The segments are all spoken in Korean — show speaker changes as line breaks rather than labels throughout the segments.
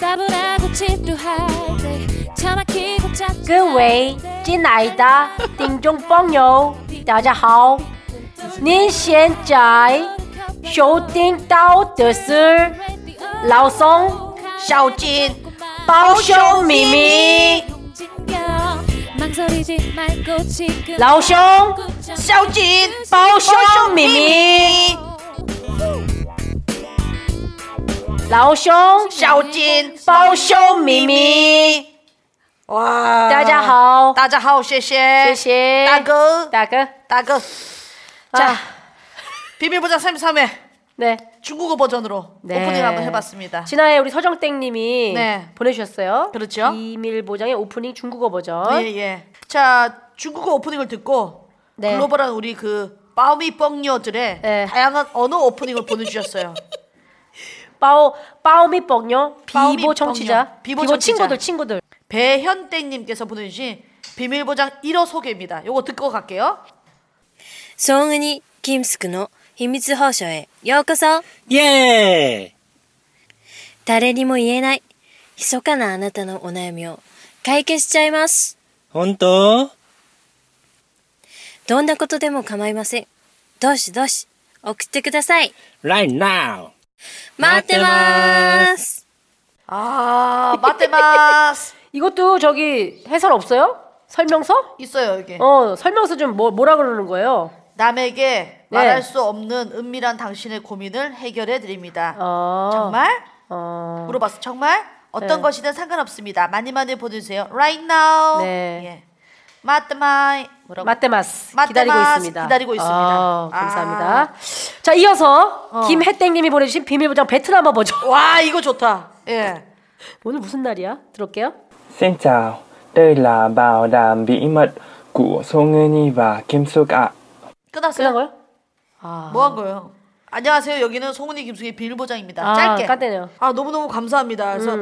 따분하고 지루할 때 차막히고 짭짤할
各位
때
亲爱的听众朋友，大家好！您现在收听到的是老松
小金
包兄秘密，
움직여 망설이지 말고 지금
老兄
小金
包兄秘密，老兄
小金
包兄秘密，
哇！
大家，好，
大家好，谢谢，
谢谢
大哥，
大哥，
大哥。 자,
자,
비밀보장 33회
네.
중국어 버전으로
네.
오프닝 한번 해봤습니다.
지난해 우리 서정땡님이
네.
보내주셨어요.
그렇죠.
비밀 보장의 오프닝 중국어 버전.
예, 예. 자, 중국어 오프닝을 듣고
네.
글로벌한 우리 그 빠오미 뻥녀들의
네.
다양한 언어 오프닝을 보내주셨어요.
빠오 빠오미 뻥요
빠오미
비보 청취자
뻥요. 비보
비보
청취자.
친구들 친구들.
배현땡님께서 보내주신 비밀보장 1호 소개입니다. 요거 듣고 갈게요.
ソンウニ・キムスクの秘密報酬へようこそ
イエーイ
誰にも言えない密かなあなたのお悩みを解決しちゃいます
本当
どんなことでも構いませんどしどし送ってください
?Right now!
待ってます
아, 마테마스
이것도 저기 해설 없어요? 설명서?
있어요 여기.
어 설명서 좀 뭐 뭐라 그러는 거예요?
남에게
네.
말할 수 없는 은밀한 당신의 고민을 해결해 드립니다.
어.
정말?
어.
물어봤어. 정말? 어떤
네.
것이든 상관없습니다. 많이 많이 보내주세요. Right now.
네.
예. 마트마이 뭐라고?
마테마스
마테마스
기다리고 있습니다.
기다리고 있습니다.
아,
아.
감사합니다. 자 이어서 김혜땡님이 보내주신 비밀 보장 베트남어 버전.
와 이거 좋다. 예.
오늘 무슨 날이야? 들을게요.
Xin chào, đây là bảo đảm bí mật của 송은이 và Kim Suk ạ.
끝난
끝났어요?
거요?
뭐 한 거예요? 안녕하세요. 여기는 송은이 김숙의 비밀보장입니다.
아,
짧게.
깐대네요. 음.
아 너무 너무 감사합니다. 그래서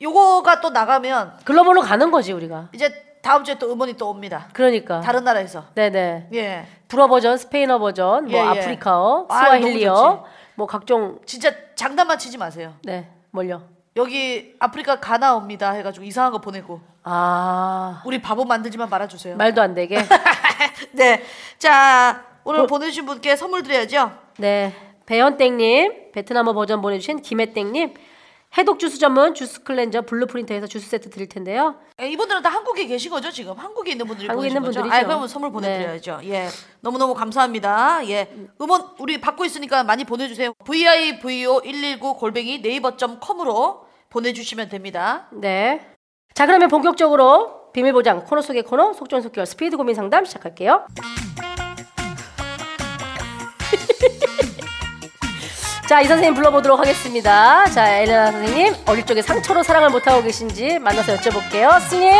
요거가 또 나가면
글로벌로 가는 거지 우리가.
이제 다음 주에 또 음원이 또 옵니다.
그러니까.
다른 나라에서.
네네.
예.
불어 버전, 스페인어 버전, 뭐
예, 예.
아프리카어,
아, 너무
스와힐리어, 뭐 각종
진짜 장난만 치지 마세요.
네 뭘요?
여기 아프리카 가나 옵니다 해가지고 이상한 거 보내고
아
우리 바보 만들지만 말아주세요.
말도 안 되게.
네. 자,
어?
오늘 보내주신 분께 선물 드려야죠.
네 배현땡님, 베트남어 버전 보내주신 김혜땡님. 해독 주스 전문 주스 클렌저 블루프린트에서 주스 세트 드릴 텐데요.
예, 이분들은 다 한국에 계신 거죠, 지금? 한국에 있는 분들이
한국에
보내신
있는
거죠?
분들이죠. 네.
아, 그러면 선물 보내드려야죠. 예. 너무너무 감사합니다. 예. 음원 우리 받고 있으니까 많이 보내주세요. vivo119 골뱅이 네이버.com으로 보내주시면 됩니다.
네. 자 그러면 본격적으로 비밀 보장 코너 속의 코너 속전속결 스피드 고민 상담 시작할게요. 자, 이 선생님 불러보도록 하겠습니다. 자, 엘레나 선생님, 어릴 적에 상처로 사랑을 못하고 계신지 만나서 여쭤볼게요. 스님!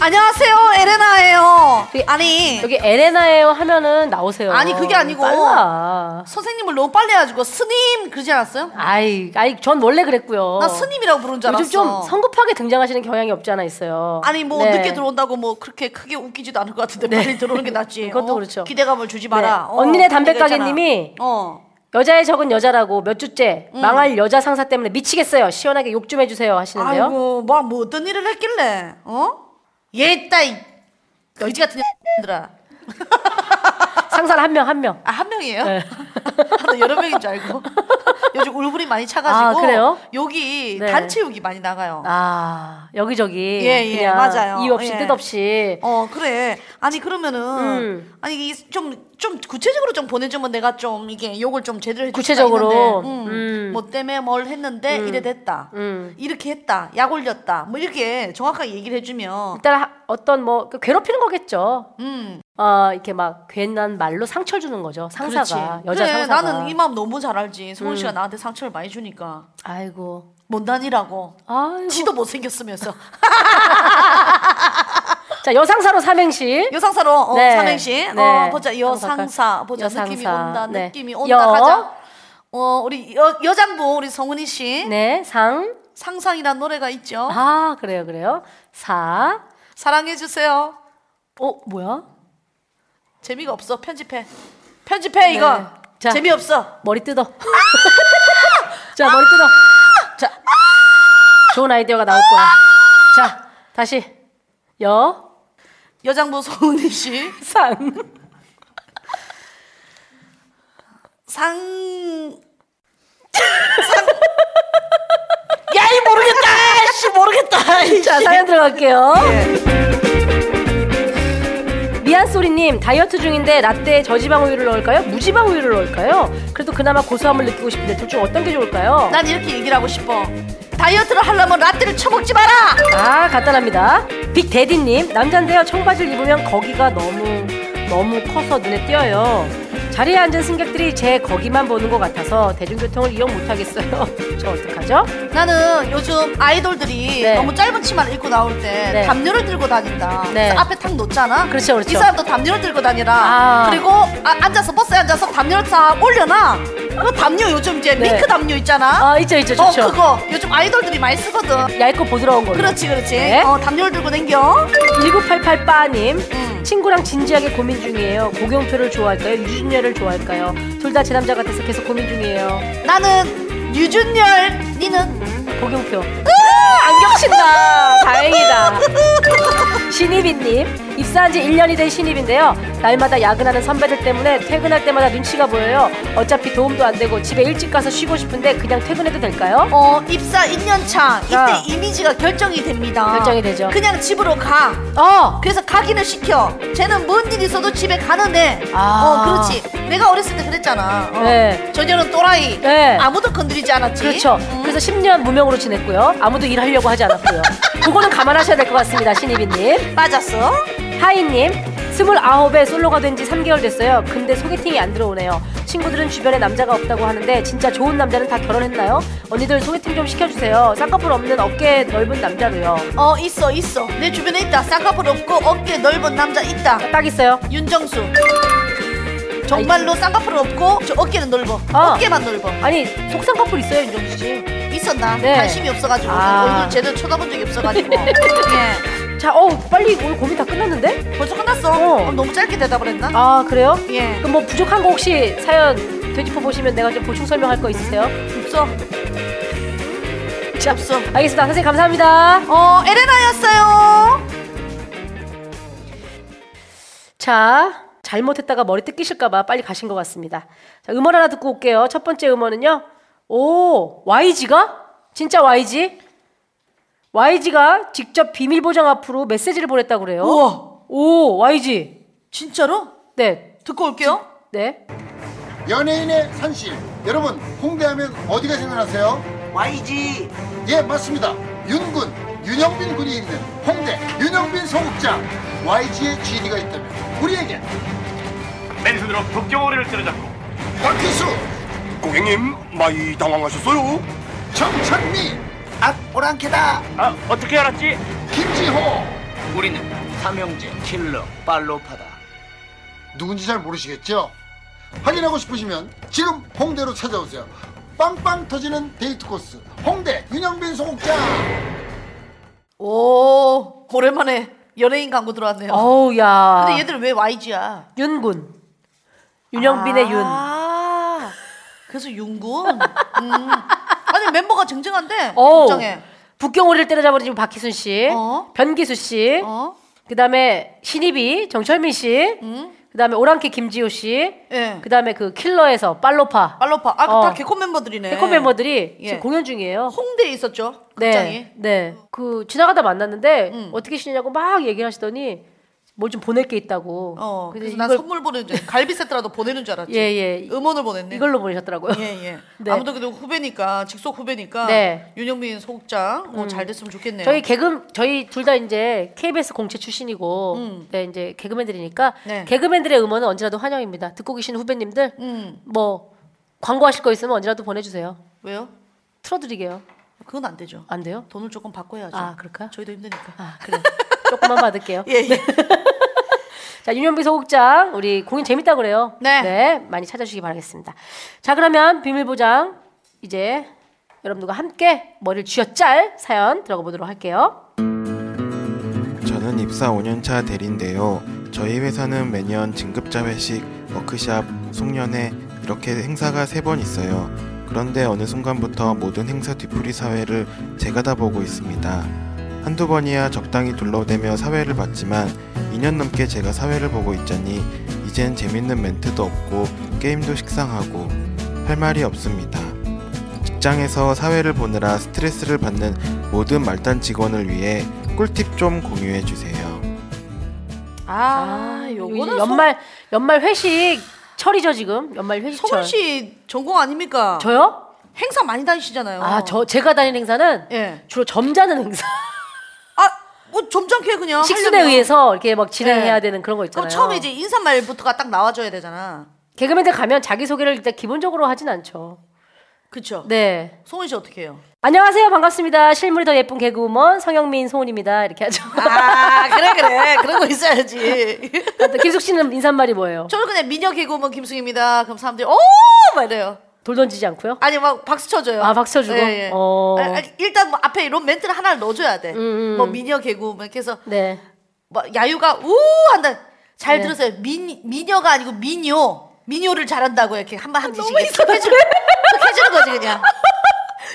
안녕하세요, 에레나예요. 아니,
그, 여기 엘레나예요 하면은 나오세요.
네. 아니, 그게 아니고.
빨라.
선생님을 너무 빨리 해가지고 스님 그러지 않았어요?
아이, 아이, 전 원래 그랬고요.
나 스님이라고 부른 줄
어.
알았어.
요즘 좀 성급하게 등장하시는 경향이 없지 않아 있어요.
아니 뭐
네.
늦게 들어온다고 뭐 그렇게 크게 웃기지도 않을 것 같은데 빨리 들어오는 게 낫지.
그것도
어?
그렇죠.
기대감을 주지 마라.
네. 언니네 담배 가게님이
그러니까 있잖아. 어.
여자의 적은 여자라고 몇 주째
음.
망할 여자 상사 때문에 미치겠어요. 시원하게 욕 좀 해주세요 하시는데요.
아이고 뭐, 뭐 어떤 일을 했길래 어? 얘따 여지 같은 년들아.
상사를 한 명 한 명.
아 한 명이에요?
네.
나 여러 명인 줄 알고. 요즘 울분이 많이 차가지고
아, 그래요?
여기
네.
단체 욕이 많이 나가요.
아 여기저기
예, 예,
그냥
맞아요.
이유 없이
예.
뜻 없이
어 그래 아니 그러면은
음.
아니 좀좀 좀 구체적으로 좀 보내주면 내가 좀 이게 욕을 좀 제대로 해줄
구체적으로.
수가 있는데 음,
음.
뭐 때문에 뭘 했는데 이래 됐다
음.
이렇게 했다 약 올렸다 뭐 이렇게 정확하게 얘기를 해주면
일단 하- 어떤 뭐그 괴롭히는 거겠죠.
음
어 이렇게 막 괜한 말로 상처 주는 거죠. 상사가
그렇지
여자
그래
상사가.
나는 이 뭐- 마음 너무 잘 알지 성훈 씨가 나한테 상처를 많이 주니까
아이고
못난이라고
아이고.
지도 못생겼으면서
자 여상사로 삼행시.
여상사로 어,
네.
삼행시
네.
어, 보자 여상사
상상사.
보자 느낌이
여상사.
온다
네.
느낌이 온다
여.
가자 어 우리 여, 여장부 우리 성은이 씨
네 상.
상상이란 노래가 있죠
아 그래요 그래요. 사.
사랑해 주세요
어 뭐야?
재미가 없어 편집해 편집해 이거
네. 자.
재미없어
머리 뜯어. 자, 머리 뜯어. 자, 좋은 아이디어가 나올 거야. 자, 다시. 여,
여장부 소은희 씨.
상.
상. 상- 야, 이 모르겠다! 씨, 모르겠다! 이
자,
씨.
사연 들어갈게요.
예.
미안소리님, 다이어트 중인데 라떼에 저지방 우유를 넣을까요? 무지방 우유를 넣을까요? 그래도 그나마 고소함을 느끼고 싶은데 둘 중 어떤 게 좋을까요?
난 이렇게 얘기를 하고 싶어. 다이어트를 하려면 라떼를 처먹지 마라!
아 간단합니다 빅데디님 남잔데요 청바지를 입으면 거기가 너무 너무 커서 눈에 띄어요 자리에 앉은 승객들이 제 거기만 보는 것 같아서 대중교통을 이용 못하겠어요 저 어떡하죠?
나는 요즘 아이돌들이
네.
너무 짧은 치마를 입고 나올 때
네.
담요를 들고 다닌다.
네.
그래서 앞에 탁 놓잖아.
그렇죠, 그렇죠.
이 사람도 담요를 들고 다니라.
아.
그리고 아, 앉아서 버스에 앉아서 담요를 싹 올려놔. 그 담요 요즘 이제
네.
밀크 담요 있잖아.
아 있죠 있죠
어
좋죠
그거 요즘 아이돌들이 많이 쓰거든.
얇고 부드러운 걸로
그렇지 그렇지.
네.
어 담요를 들고 댕겨.
1988 빠님
음.
친구랑 진지하게 고민 중이에요 고경표를 좋아할까요? 유준열을 좋아할까요? 둘 다 제 남자 같아서 계속 고민 중이에요
나는 유준열, 니는
고경표. 안 겹친다. 다행이다. 신입이님, 입사한 지 1년이 된 신입인데요. 날마다 야근하는 선배들 때문에 퇴근할 때마다 눈치가 보여요. 어차피 도움도 안 되고 집에 일찍 가서 쉬고 싶은데 그냥 퇴근해도 될까요?
어 입사 2년 차 이때
아.
이미지가 결정이 됩니다.
결정이 되죠.
그냥 집으로 가.
어!
그래서 가기는 시켜. 쟤는 뭔 일 있어도 집에 가는 애.
아.
어, 그렇지. 내가 어렸을 때 그랬잖아. 어.
네.
전혀는 또라이.
네.
아무도 건드리지 않았지.
그렇죠.
음.
그래서 10년 무명으로 지냈고요. 아무도 일하려고 하지 않았고요. 그거는 감안하셔야 될 것 같습니다, 신입이님.
빠졌어.
하이님, 29에 솔로가 된 지 3개월 됐어요. 근데 소개팅이 안 들어오네요. 친구들은 주변에 남자가 없다고 하는데 진짜 좋은 남자는 다 결혼했나요? 언니들 소개팅 좀 시켜주세요. 쌍꺼풀 없는 어깨 넓은 남자로요.
어, 있어, 있어. 내 주변에 있다. 쌍꺼풀 없고 어깨 넓은 남자 있다.
딱 있어요.
윤정수. 정말로 쌍꺼풀 없고 저 어깨는 넓어.
아.
어깨만 넓어.
아니, 속쌍꺼풀 있어요, 윤정수 씨.
있었나?
네.
관심이 없어가지고
아.
얼굴 제대로 쳐다본 적이 없어가지고. 예.
자, 어우, 빨리 오늘 고민 다 끝났는데?
벌써 끝났어.
어.
어, 너무 짧게 대답을 했나?
아, 그래요?
예.
그럼 뭐 부족한 거 혹시 사연 되짚어 보시면 내가 좀 보충 설명할 거 있으세요?
없어.
자,
없어.
알겠습니다. 선생님, 감사합니다.
어, 에레나였어요.
자, 잘못했다가 머리 뜯기실까봐 빨리 가신 것 같습니다. 자, 음원 하나 듣고 올게요. 첫 번째 음원은요. 오, YG가? 진짜 YG? YG가 직접 비밀 보장 앞으로 메시지를 보냈다고 그래요.
우와.
오, YG.
진짜로?
네,
듣고 올게요.
네.
연예인의 산실. 여러분, 홍대하면 어디가 생각나세요?
YG
예, 맞습니다. 윤군, 윤영빈 군이 있는 홍대, 윤영빈 소극장. YG의 GD가 있다면 우리에게
맨손으로 북경오리를 때려잡고
박희수,
고객님 많이 당황하셨어요?
정찬미,
아 오랑캐다
아 어떻게 알았지?
김지호.
우리는 삼형제 킬러 팔로파다
누군지 잘 모르시겠죠? 확인하고 싶으시면 지금 홍대로 찾아오세요. 빵빵 터지는 데이트 코스. 홍대 윤영빈 소극장.
오, 오랜만에 연예인 광고 들어왔네요. 아.
어우, 야.
근데 얘들 왜 YG야?
윤군. 윤영빈의 윤.
아, 그래서 윤군. 음. 아니 멤버가 쟁쟁한데
어우.
걱정해.
북경오리를 때려잡은 지금 박희순 씨.
어.
변기수 씨.
어?
그 다음에 신입이 정철민 씨.
음?
그 다음에 오랑캐 김지호 씨.
예.
그 다음에 그 킬러에서 빨로파.
알로파. 아,
어.
다 개콘 멤버들이네.
개콘 멤버들이
예.
지금 공연 중이에요.
홍대에 있었죠.
네.
극장이.
네. 그 지나가다 만났는데
음.
어떻게 쉬냐고 막 얘기를 하시더니 뭘 좀 보낼 게 있다고.
어. 그래서
그래서
난
이걸-
선물 보내는 줄 알- 갈비 세트라도 보내는 줄 알았지.
예, 예.
음원을 보냈네.
이걸로 보내셨더라고요.
예, 예.
네.
아무튼 그래도 후배니까 직속 후배니까
네. 음.
윤영민 소극장 어, 잘 됐으면 좋겠네요.
저희 개그 저희 둘 다 이제 KBS 공채 출신이고
음.
네, 이제 개그맨들이니까
네.
개그맨들의 음원은 언제라도 환영입니다. 듣고 계신 후배님들
음.
뭐 광고하실 거 있으면 언제라도 보내주세요.
왜요?
틀어드리게요.
그건 안 되죠.
안 돼요?
돈을 조금 바꿔야죠.
아, 그럴까요?
저희도 힘드니까.
아 네. 그래. 조금만 받을게요.
예, 예.
자, 윤영비 소극장 우리 공연 재밌다 그래요.
네.
많이 찾아주시기 바라겠습니다. 자, 그러면 비밀 보장 이제 여러분들과 함께 머리를 쥐어짤 사연 들어가 보도록 할게요.
저는 입사 5년차 대리인데요. 저희 회사는 매년 진급자 회식, 워크샵, 송년회 이렇게 행사가 3번 있어요. 그런데 어느 순간부터 모든 행사 뒤풀이 사회를 제가 다 보고 있습니다. 한두 번이야 적당히 둘러대며 사회를 봤지만 2년 넘게 제가 사회를 보고 있자니 이젠 재밌는 멘트도 없고 게임도 식상하고 할 말이 없습니다. 직장에서 사회를 보느라 스트레스를 받는 모든 말단 직원을 위해 꿀팁 좀 공유해 주세요.
아,
이제
요거는
연말 연말 회식 철이죠 지금 연말 회식
서건
철.
씨 전공 아닙니까?
저요?
행사 많이 다니시잖아요.
아 저 제가 다니는 행사는
예.
주로 점잖은 행사.
뭐 점잖게 그냥
식순에
하려면.
의해서 이렇게 막 진행해야
예.
되는 그런 거 있잖아요.
그럼 처음에 이제 인사말부터가 딱 나와줘야 되잖아.
개그맨들 가면 자기 소개를 일단 기본적으로 하진 않죠.
그쵸?
네.
송은 씨 어떻게 해요?
안녕하세요 반갑습니다. 실물이 더 예쁜 개그우먼 성영민 소은입니다. 이렇게 하죠.
아 그래 그래 그런 거 있어야지.
김숙 씨는 인사말이 뭐예요?
저는 그냥 미녀 개그우먼 김승입니다. 그럼 사람들이 오! 막 이래요.
돌 던지지 않고요?
아니 막 박수 쳐줘요.
아, 박수 쳐주고?
예, 예.
어. 음,
아니, 아니, 일단 뭐 앞에 이런 멘트를 하나를 넣어줘야 돼. 뭐 미녀 개그우먼 이렇게 해서
네.
뭐 야유가 우 한다. 잘
네.
들었어요. 미, 미녀가 아니고 미녀. 미녀를 잘한다고 이렇게 한번 한 짓씩
너무
이렇게 해주- 이렇게 해주는 거지 그냥.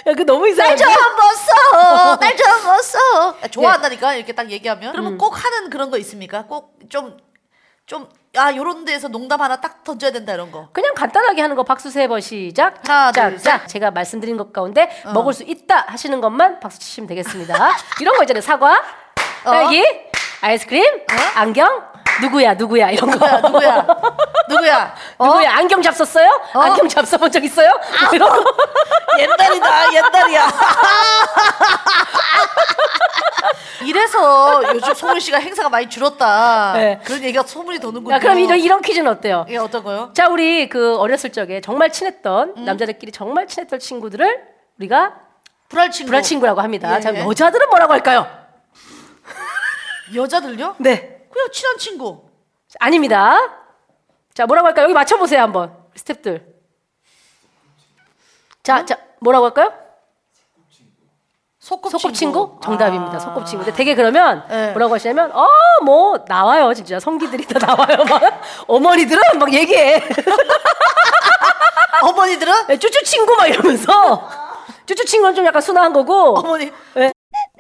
야, 그 너무
아, 네.
이상해.
날좀못 써. 날좀못 써. 아, 좋아한다니까 이렇게 딱 얘기하면. 음. 그러면 꼭 하는 그런 거 있습니까? 꼭 좀 좀 아, 요런 데서 농담 하나 딱 던져야 된다 이런 거.
그냥 간단하게 하는 거 박수 세 번 시작.
하나,
자,
둘, 어.
자, 제가 말씀드린 것 가운데 먹을 수 있다 하시는 것만 박수 치시면 되겠습니다. 이런 거 있잖아요. 사과,
어?
딸기, 아이스크림, 안경. 누구야, 누구야 이런 거.
누구야, 누구야? 누구야?
누구야? 안경 잡섰어요? 안경 잡숴본 적 있어요? 뭐 이런 거.
옛날이다, 옛날이야. 이래서 요즘 소문 씨가 행사가 많이 줄었다.
네.
그런 얘기가 소문이 도는군요.
야, 그럼 이런 이런 퀴즈는 어때요?
예, 어떤 거요?
자, 우리 그 어렸을 적에 정말 친했던
음.
남자들끼리 정말 친했던 친구들을 우리가
불알 친구.
불알 친구라고 합니다.
어. 예.
자, 여자들은 뭐라고 할까요?
여자들요?
네.
그냥 친한 친구.
아닙니다. 자, 뭐라고 할까요? 여기 맞춰보세요, 한번. 스탭들. 자, 자, 뭐라고 할까요?
소꿉친구. 아. 예.
소꿉친구? 정답입니다. 소꿉친구. 근데 되게 그러면 뭐라고 하시냐면, 어, 뭐, 나와요. 진짜. 성기들이 다 나와요. 막. 어머니들은 막 얘기해.
아, 어머니들은?
네, 쭈쭈친구 막 이러면서. 쭈쭈친구는 좀 약간 순한 거고.
어머니.
네.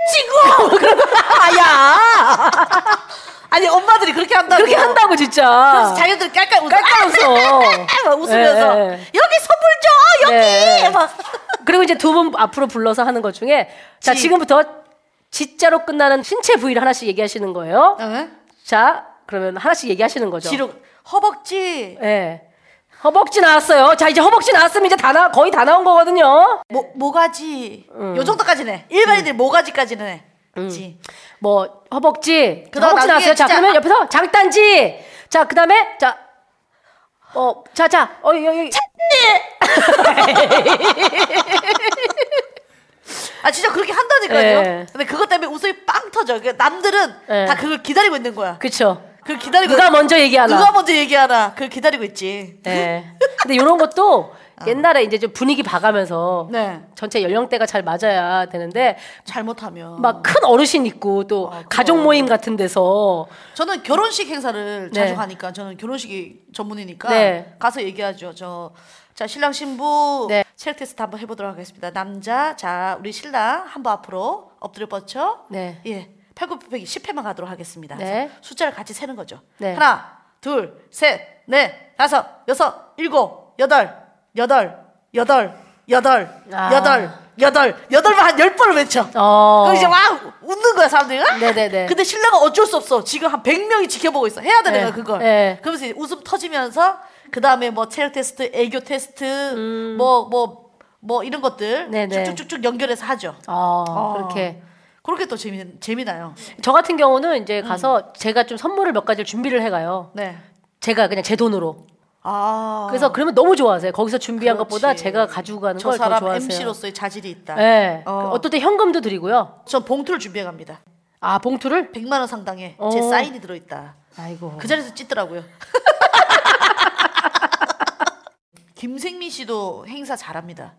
친구!
아,
아야! 아니, 엄마들이 그렇게 한다고.
그렇게 한다고, 진짜.
어. 그래서 자기들 깔깔 웃어.
깔깔 웃어.
막 웃으면서.
예, 예.
여기 선물 줘! 여기!
네.
막.
그리고 이제 두 분 앞으로 불러서 하는 것 중에 자
지.
지금부터 지자로 끝나는 신체 부위를 하나씩 얘기하시는 거예요.
어.
자 그러면 하나씩 얘기하시는 거죠.
뒤로. 허벅지.
예. 허벅지 나왔어요. 자 이제 허벅지 나왔으면 이제 다 나, 거의 다 나온 거거든요.
모, 모가지.
음.
요 정도까지는 해. 일반인들이 모가지까지는 해. 지.
뭐 허벅지. 자,
그다음
허벅지
나중에
나왔어요. 자
진짜- 아.
그러면 옆에서 장단지. 자 그다음에 자. 어, 자, 자, 어, 여기,
아 진짜 그렇게 한다니까요.
예.
근데 그것 때문에 웃음이 빵 터져. 그 남들은
예.
다 그걸 기다리고 있는 거야.
그쵸.
그걸 기다리고
누가 먼저 얘기하나.
누가 먼저 얘기하나. 그걸 기다리고 있지.
예. 근데 이런 것도 옛날에 이제 좀 분위기 봐가면서
어. 네.
전체 연령대가 잘 맞아야 되는데
잘못하면
막 큰 어르신 있고 또
아,
가족 모임 같은 데서
저는 결혼식 행사를
네.
자주 가니까 저는 결혼식이 전문이니까
네.
가서 얘기하죠. 저 자 신랑 신부
네.
체력 테스트 한번 해보도록 하겠습니다. 남자 자 우리 신랑 한번 앞으로 엎드려 뻗쳐
네.
예 팔굽혀펴기 10회만 가도록 하겠습니다.
네.
그래서 숫자를 같이 세는 거죠.
네.
하나 둘셋넷 다섯 여섯 일곱 여덟 여덟 여덟 여덟
아.
여덟 여덟 여덟만 한 열 번을 외쳐.
어.
그럼 이제 막 웃는 거야 사람들이. 아!
네네네.
근데 신랑은 어쩔 수 없어. 지금 한 100명이 지켜보고 있어. 해야 돼
네.
내가 그걸.
네.
그러면서 이제 웃음 터지면서 그 다음에 뭐 체력 테스트, 애교 테스트, 뭐 뭐 뭐 이런 것들
음. 네네.
쭉쭉쭉쭉 연결해서 하죠.
어,
어.
그렇게
그렇게 또 재미 재미나요.
저 같은 경우는 이제
음.
가서 제가 좀 선물을 몇 가지를 준비를 해가요.
네.
제가 그냥 제 돈으로.
아.
그래서 그러면 너무 좋아하세요. 거기서 준비한
그렇지.
것보다 제가 가지고 가는
저
걸 더
사람
좋아하세요.
MC로서의 자질이 있다.
네.
어.
어. 떨때 현금도 드리고요.
전 봉투를 준비해 갑니다.
아 봉투를?
100만 원 상당의 제
어.
사인이 들어 있다.
아이고.
그 자리에서 찢더라고요. 김생민 씨도 행사 잘합니다.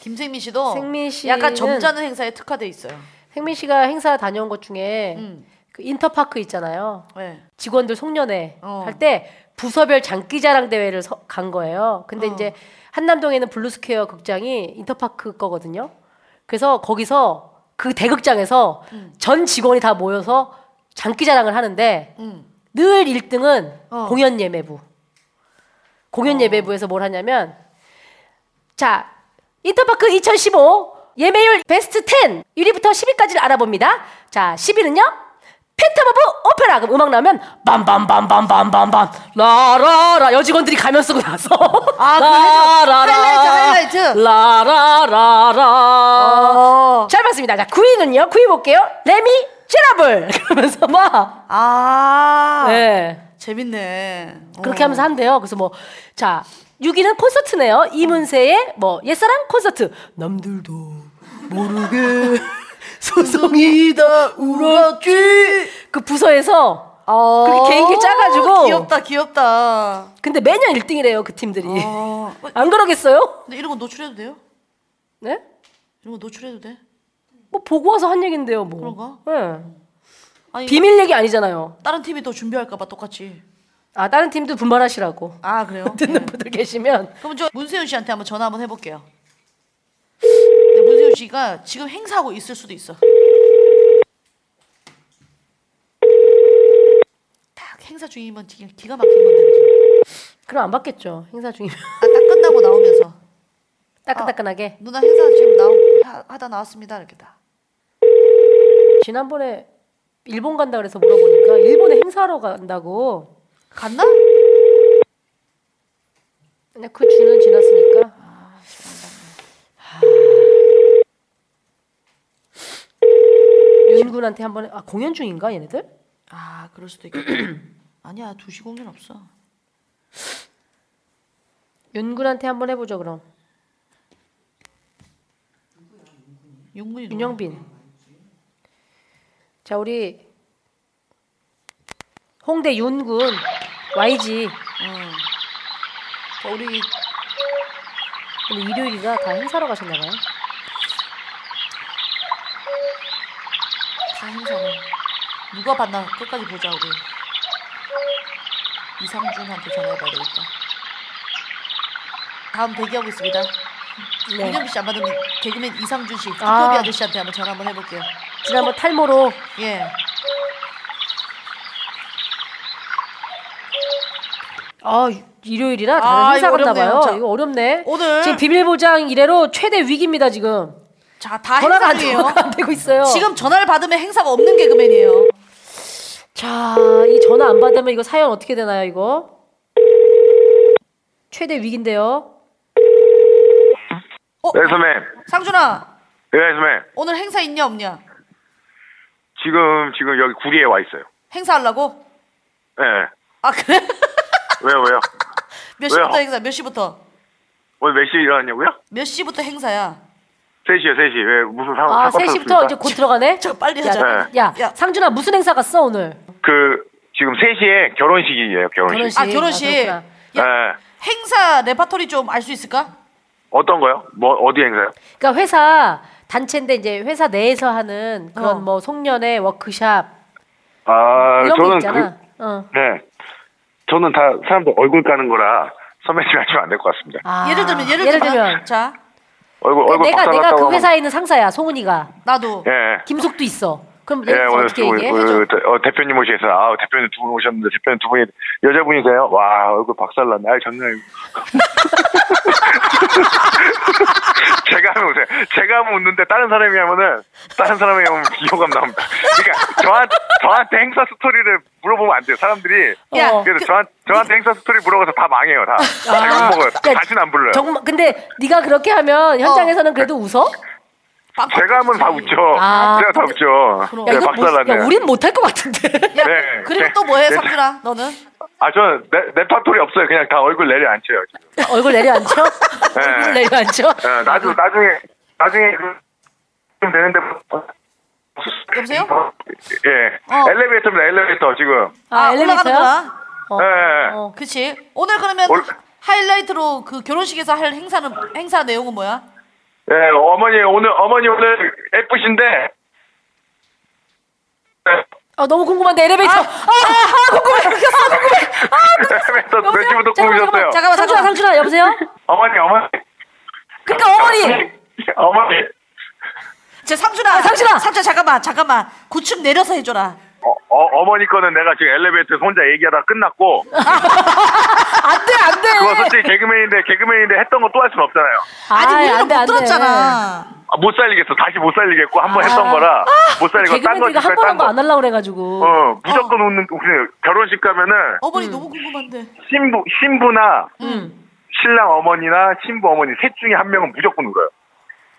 김생민 씨도
생민 씨는-
약간 점잖은 행사에 특화돼 있어요.
생민 씨가 행사 다녀온 것 중에
음.
그 인터파크 있잖아요.
네.
직원들 송년회
어.
할 때 부서별 장기자랑 대회를 서- 간 거예요. 근데 이제 한남동에는 블루스퀘어 극장이 인터파크 거거든요. 그래서 거기서 그 대극장에서 전 직원이 다 모여서 장기자랑을 하는데
음.
늘 1등은
어.
공연 예매부. 공연 예매부에서 뭘 하냐면 자, 인터파크 2015 예매율 베스트 10 1위부터 10위까지를 알아봅니다. 자, 10위는요. 팬텀 오브 오페라 그럼 음악 나오면 빰빰빰빰빰빰빰 라라라 여직원들이 가면 쓰고 나서 아,
하이라이트, 하이라이트. 어.
라라라라 잘 봤습니다. 자, 9위는요. 9위 볼게요. 레미 제라블 그러면서 막
아.
네.
재밌네.
그렇게
어.
하면서 한대요. 그래서 뭐, 자, 6위는 콘서트네요. 이문세의 뭐, 옛사랑 콘서트. 남들도 모르게
어.
소송이다 울었지. 그 부서에서 어. 그렇게 개인기 짜가지고.
어, 귀엽다, 귀엽다.
근데 매년 1등이래요, 그 팀들이.
어.
안 그러겠어요?
근데 이런 거 노출해도 돼요?
네?
이런 거 노출해도 돼?
뭐, 보고 와서 한 얘긴데요, 뭐.
그런가?
예.
아니,
비밀 얘기 아니잖아요.
다른 팀이 또 준비할까봐 똑같이.
아, 다른 팀도 분발하시라고.
아, 그래요?
듣는 분들 계시면.
그럼 저 문세윤 씨한테 한번 전화 한번 해볼게요. 근데 문세윤 씨가 지금 행사하고 있을 수도 있어. 딱 행사 중이면 지금 기가 막힌 건데. 지금.
그럼 안 받겠죠, 행사 중이면.
아, 딱 끝나고 나오면서
따끈따끈하게.
누나 행사 지금 나오 하- 하다 나왔습니다 이렇게 다.
지난번에 일본 간다 그래서 물어보니까 일본에 행사하러 간다고.
갔나?
근데 그 주는 지났으니까.
아,
하. 윤군한테 한 번에 아 공연 중인가 얘네들?
아 그럴 수도 있겠다. 아니야 2시 공연 없어.
윤군한테 한 번 해보죠 그럼.
윤군이 누구야?
윤영빈. 자 우리 홍대 윤군 YG.
응. 자, 우리
근데 일요일이라 다 행사로 가셨나봐요.
다 행사는 누가 봤나 끝까지 보자 우리. 이상준한테 전화해봐야 되겠다. 다음 대기하고 있습니다.
네.
윤영빈 씨안 받으면 개그맨 이상준 씨, 두꺼비
아.
아. 저씨한테 한번 전화 한번 해볼게요.
지난번 탈모로
예.
아 일요일이라
아,
다른 행사
이거
갔나 봐요.
어렵네요. 자,
이거 어렵네.
오늘-
지금 비밀 보장 이래로 최대 위기입니다 지금.
자, 다
전화가 안,
아, 행사예요.
전화가 안 되고 있어요.
지금 전화를 받으면 행사가 없는 개그맨이에요.
자이 전화 안 받으면 이거 사연 어떻게 되나요 이거? 최대 위기인데요.
어?
네, 선배님,
상준아,
예, 선배님.
오늘 행사 있냐 없냐?
지금, 지금 여기 구리에 와 있어요.
행사하려고?
예. 예.
아 그래?
왜요, 왜요?
몇 시부터
왜요?
행사? 몇 시부터?
오늘 몇 시에 일어났냐고요?
몇 시부터 행사야?
3시요, 3시. 왜, 무슨 상황,
아
사건
3시부터
터졌습니까?
이제 곧 들어가네.
저 빨리
야,
하자.
야, 상준아 무슨 행사 갔어 오늘?
그, 지금 3시에 결혼식이에요, 결혼식.
아 결혼식.
아, 그렇구나.
예.
행사 레파토리 좀 알 수 있을까?
어떤 거요? 뭐, 어디 행사요?
그러니까 회사 단체인데 이제 회사 내에서 하는 그런 뭐 송년회 워크샵
아,
이런 거
저는
있잖아. 어.
그, 네. 저는 다 사람들 얼굴 까는 거라 선배님 하시면 안 될 것 같습니다.
아,
예를 들면 예를,
예를
들면,
들면.
자
얼굴, 얼굴
내가
박살
내가
났다고
그
하면-
회사에 있는 상사야 송은이가.
나도
예, 예.
김숙도 있어. 그럼
예,
예를 들면
오늘
네, 어떻게
그,
얘기해?
그, 그, 어, 대표님 오셔서 아 대표님 두 분 오셨는데 대표님 두 분이 여자분이세요? 와 얼굴 박살났네. 아 장난 아니고. 제가 하면 웃어요. 네, 제가 하면 웃는데 다른 사람이 하면은 다른 사람이 하면 비호감 나옵니다. 그러니까 저한 저한테 행사 스토리를 물어보면 안 돼요. 사람들이
야,
예. 그래서 저한 저한테 행사 스토리 물어봐서 다 망해요. 다
아.
잘못 먹어요. 다시는 안 불러요.
정말 근데 네가 그렇게 하면 현장에서는 그래도 웃어?
제가 하면 다 웃죠.
아.
제가 다 웃죠.
야,
네,
이거 못,
박살났네.
야, 우린 못할 것 같은데.
야,
네.
그리고 또 뭐해
네.
상준아 너는?
아, 저는 내, 내 파토리 없어요. 그냥 다 얼굴 내려앉혀요. 지금.
얼굴 내려앉혀?
네.
얼굴 내려앉혀?
예, 나중, 나중에, 나중에, 그, 좀 되는데. 뭐-
여보세요?
예.
어.
엘리베이터입니다, 엘리베이터, 지금.
아,
아, 올라가는
엘리베이터요?
거야?
어.
예, 예.
그치? 오늘 그러면
올-
하이라이트로 그 결혼식에서 할 행사는 행사 내용은 뭐야?
예, 어머니, 오늘, 어머니 오늘 예쁘신데.
아 너무 궁금한데 엘리베이터. 아, 아, 궁금해. 아 궁금해.
엘리베이터 몇 시부터 꾸미셨어요?
잠깐만 상준아 상준아 여보세요?
어머니 어머니 아, 네.
그러니까 어머니.
어머니
제 상준아, 상준아, 상준 잠깐만, 잠깐만. 구춤 내려서 해줘라.
어, 어, 어머니 거는 내가 지금 엘리베이터에서 혼자 얘기하다 끝났고
안돼 안돼.
그거 솔직히 개그맨인데 개그맨인데 했던 거 또 할 수는 없잖아요
아니
아이,
우리가
안 돼,
못
안 돼. 음.
들었잖아.
아, 못 살리겠어 다시 못 살리겠고 한 번 했던 거라 못 살리고 딴거
아. 개그맨들이가
줄까
한 번 한
딴거
거안 하려고 그래가지고.
어 무조건 웃는 그냥 결혼식 가면은
어머니 너무 궁금한데.
신부 신부나
음.
신랑 어머니나 신부 어머니 셋 중에 한 명은 무조건 울어요.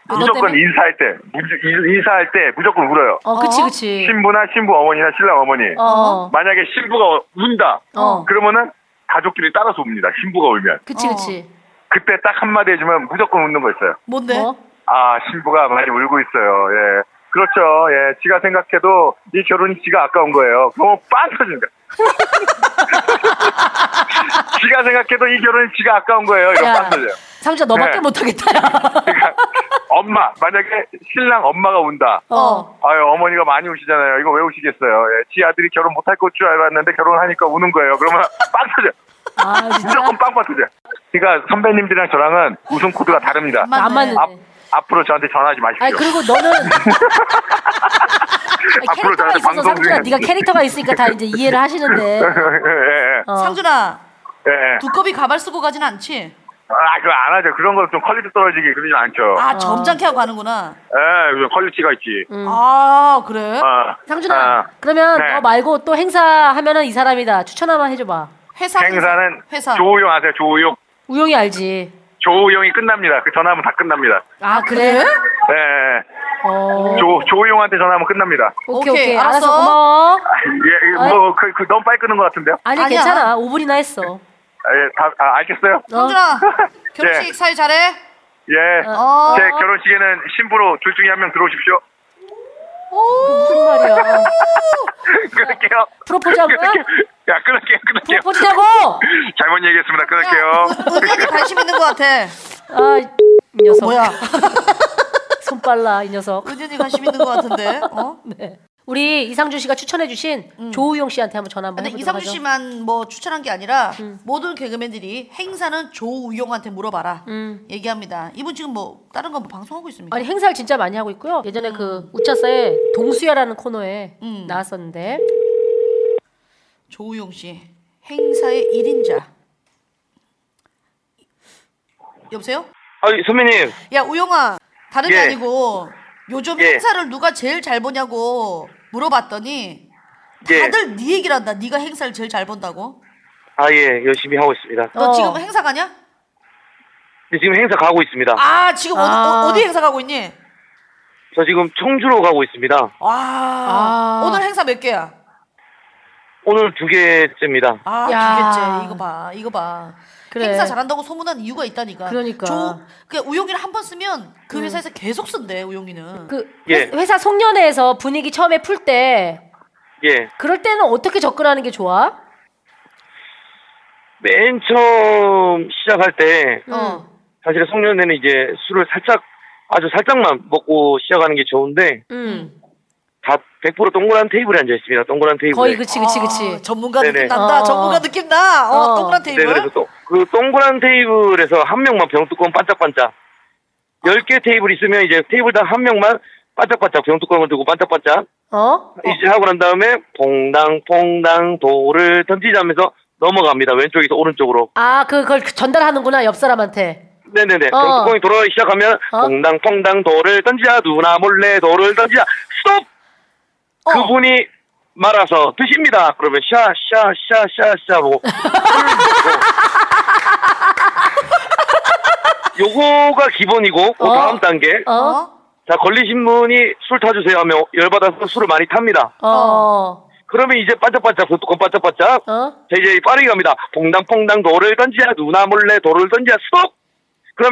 아,
너
무조건
때문에?
인사할 때 무, 인- 인사할 때 무조건 울어요.
어, 그치, 그치.
신부나 신부 어머니나 신랑 어머니
어.
만약에 신부가 운다
어.
그러면은 가족끼리 따라서 웁니다. 신부가 울면
그치 그치.
그때 딱 한마디 해주면 무조건 웃는 거 있어요.
뭔데?
뭐?
아 신부가 많이 울고 있어요. 예 그렇죠. 예 지가 생각해도 이 결혼이 지가 아까운 거예요. 그럼 빵 터진다. 지가 생각해도 이 결혼이 지가 아까운 거예요. 이런 빵 터져요.
상준아 너밖에
네.
못하겠다. 야.
엄마 만약에 신랑 엄마가 운다.
어.
아유 어머니가 많이 우시잖아요. 이거 왜 우시겠어요? 예, 지 아들이 결혼 못할 것 줄 알았는데 결혼하니까 우는 거예요. 그러면 빵 터져.
아 진짜.
무조건 빵빵 터져. 그러니까 선배님들이랑 저랑은 웃음 코드가 다릅니다.
맞네. 안 맞네.
앞, 앞으로 저한테 전화하지 마십시오.
아니 그리고 너는
앞으로
캐릭터가
저한테
있어서
방송
상준아
중에
네가 캐릭터가 있으니까 다 이제 이해를 하시는데.
예, 예.
어.
상준아,
예, 예.
두꺼비 가발 쓰고 가진 않지?
아, 그거 안 하죠. 그런 거 좀 퀄리티 떨어지게 그러진 않죠.
아 점잖게
어.
하고 가는구나.
예, 좀 퀄리티가 있지.
아 그래?
어.
음. 상준아
어.
그러면
네.
너 말고 또 행사 하면은 이 사람이다 추천 하나 해줘봐.
회사
행사는
회사.
조우용 아세요? 조우용.
우영이 알지.
조우용이 끝납니다. 그 전화하면 다 끝납니다.
아 그래?
예, 예.
어.
조 조우용한테 전화하면 끝납니다.
오케이 오케이,
오케이,
알았어.
알았어.
고마워.
예, 예, 뭐 그, 그 너무 빨리 끄는 것 같은데요?
아니
아니야.
괜찮아 5분이나 했어.
아, 예, 다 아, 알겠어요.
상준아 결혼식
예.
사회 잘해.
예,
어.
제 결혼식에는 신부로 둘 중에 한 명 들어오십시오.
그 무슨 말이야?
끊을게요.
프로포즈
어.
한 거야?
야, 끊을게요, 끊을게요.
프로포즈냐고?
잘못 얘기했습니다. 끊을게요.
은근히 관심 있는 것 같아.
아, 이 녀석.
뭐야?
손 빨라 이 녀석.
은근히 관심 있는 것 같은데. 어?
네. 우리 이상준 씨가 추천해주신 조우용 음. 씨한테 한번 전화 한번
근데
해보도록
이상준
하죠.
씨만 뭐 추천한 게 아니라
음.
모든 개그맨들이 행사는 조우용한테 물어봐라. 얘기합니다. 이분 지금 뭐 다른 거뭐 방송하고
음.
있습니까?
아니 행사를 진짜 많이 하고 있고요. 예전에 그 우차사의 동수야라는 코너에 나왔었는데
조우용 씨 행사의 1인자. 여보세요?
아, 선배님.
야 우영아 다른 게
예.
아니고 요즘
예.
행사를 누가 제일 잘 보냐고 물어봤더니
예.
다들 네 얘기를 한다. 네가 행사를 제일 잘 본다고.
아, 예. 열심히 하고 있습니다.
어.
너 지금 행사 가냐?
네, 지금 행사 가고 있습니다.
아 지금 어디,
아.
어, 디 행사 가고 있니?
저 지금 청주로 가고 있습니다.
와
아.
오늘 행사 몇 개야?
오늘 두 개째입니다.
아,
야.
기겠지. 이거 봐, 이거 봐.
그래.
행사 잘한다고 소문난 이유가 있다니까.
그러니까.
조, 그 우용이를 한 번 쓰면 그 회사에서 계속 쓴대 우용이는.
그
예.
회- 회사 송년회에서 분위기 처음에 풀 때
예.
그럴 때는 어떻게 접근하는 게 좋아?
맨 처음 시작할 때,
음.
어.
사실 송년회는 이제 술을 살짝, 아주 살짝만 먹고 시작하는 게 좋은데,
음.
다 100% 동그란 테이블에 앉아 있습니다. 동그란 테이블에.
거의 그치 그치 그치.
전문가
아. 네네.
느낌 난다.
어.
전문가 느낌 나. 어, 동그란
네,
테이블.
그래서 또, 그 동그란 테이블에서 한 명만 병뚜껑 반짝반짝. 열 개 테이블 있으면 이제 테이블당 한 명만 반짝반짝 병뚜껑을 들고 반짝반짝.
어?
예.
이제 하고 난 다음에 퐁당 퐁당 돌을 던지자면서 넘어갑니다. 왼쪽에서 오른쪽으로.
아 그걸 전달하는구나 옆 사람한테.
네네네.
어.
병뚜껑이 돌아가기 시작하면 퐁당 퐁당 돌을 던지자 누나 몰래 돌을 던지자 스톱. 그분이 말아서 드십니다. 그러면 샤샤샤샤샤 하고 요거가 기본이고 그 다음 단계
어?
자 걸리신 분이 술 타주세요 하면 열받아서 술을 많이 탑니다.
어. 어.
그러면 이제 반짝반짝 뚜껑 반짝반짝
어?
자 이제 빠르게 갑니다 퐁당퐁당 돌을 던지야 누나 몰래 돌을 던지야 스톱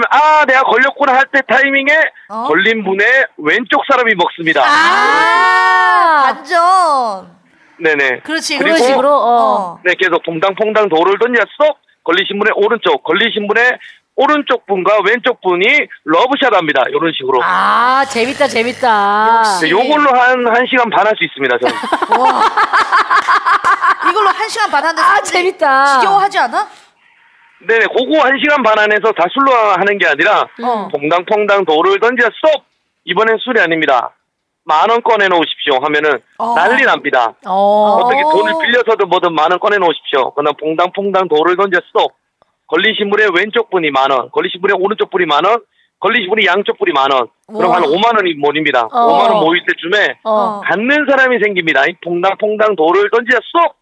그러면 아 내가 걸렸구나 할 때 타이밍에
어?
걸린 분의 왼쪽 사람이 먹습니다
아,
아, 반전.
네네
그렇지.
그리고-
그런 식으로.
어.
네 계속 퐁당퐁당 돌을 던지야 스톱 걸리신 분의 오른쪽 걸리신 분의 오른쪽 분과 왼쪽 분이 러브샷합니다. 이런 식으로.
아 재밌다 재밌다.
예.
네, 요걸로 한, 한 시간 반 할 수 있습니다, 저는.
이걸로 한 시간 반 하는데 아 재밌다. 지겨워하지 않아?
네네, 그거 한 시간 반 안에서 다 술로 하는 게 아니라,
음.
어.
퐁당퐁당 돌을 던져 스톱! 이번엔 술이 아닙니다. 만 원 꺼내놓으십시오 하면은
어.
난리 납니다.
어.
어떻게 돈을 빌려서든 뭐든 만 원 꺼내놓으십시오. 그다음 퐁당퐁당 돌을 던져 스톱. 걸리신 분의 왼쪽 분이 만 원, 걸리신 분의 오른쪽 분이 만 원, 걸리신 분이 양쪽 분이 만 원. 그럼
우와.
한 5만 원이 모입니다.
어.
5만 원 모일 때쯤에
어.
갖는 사람이 생깁니다. 이 퐁당퐁당 돌을 던지자 쏙!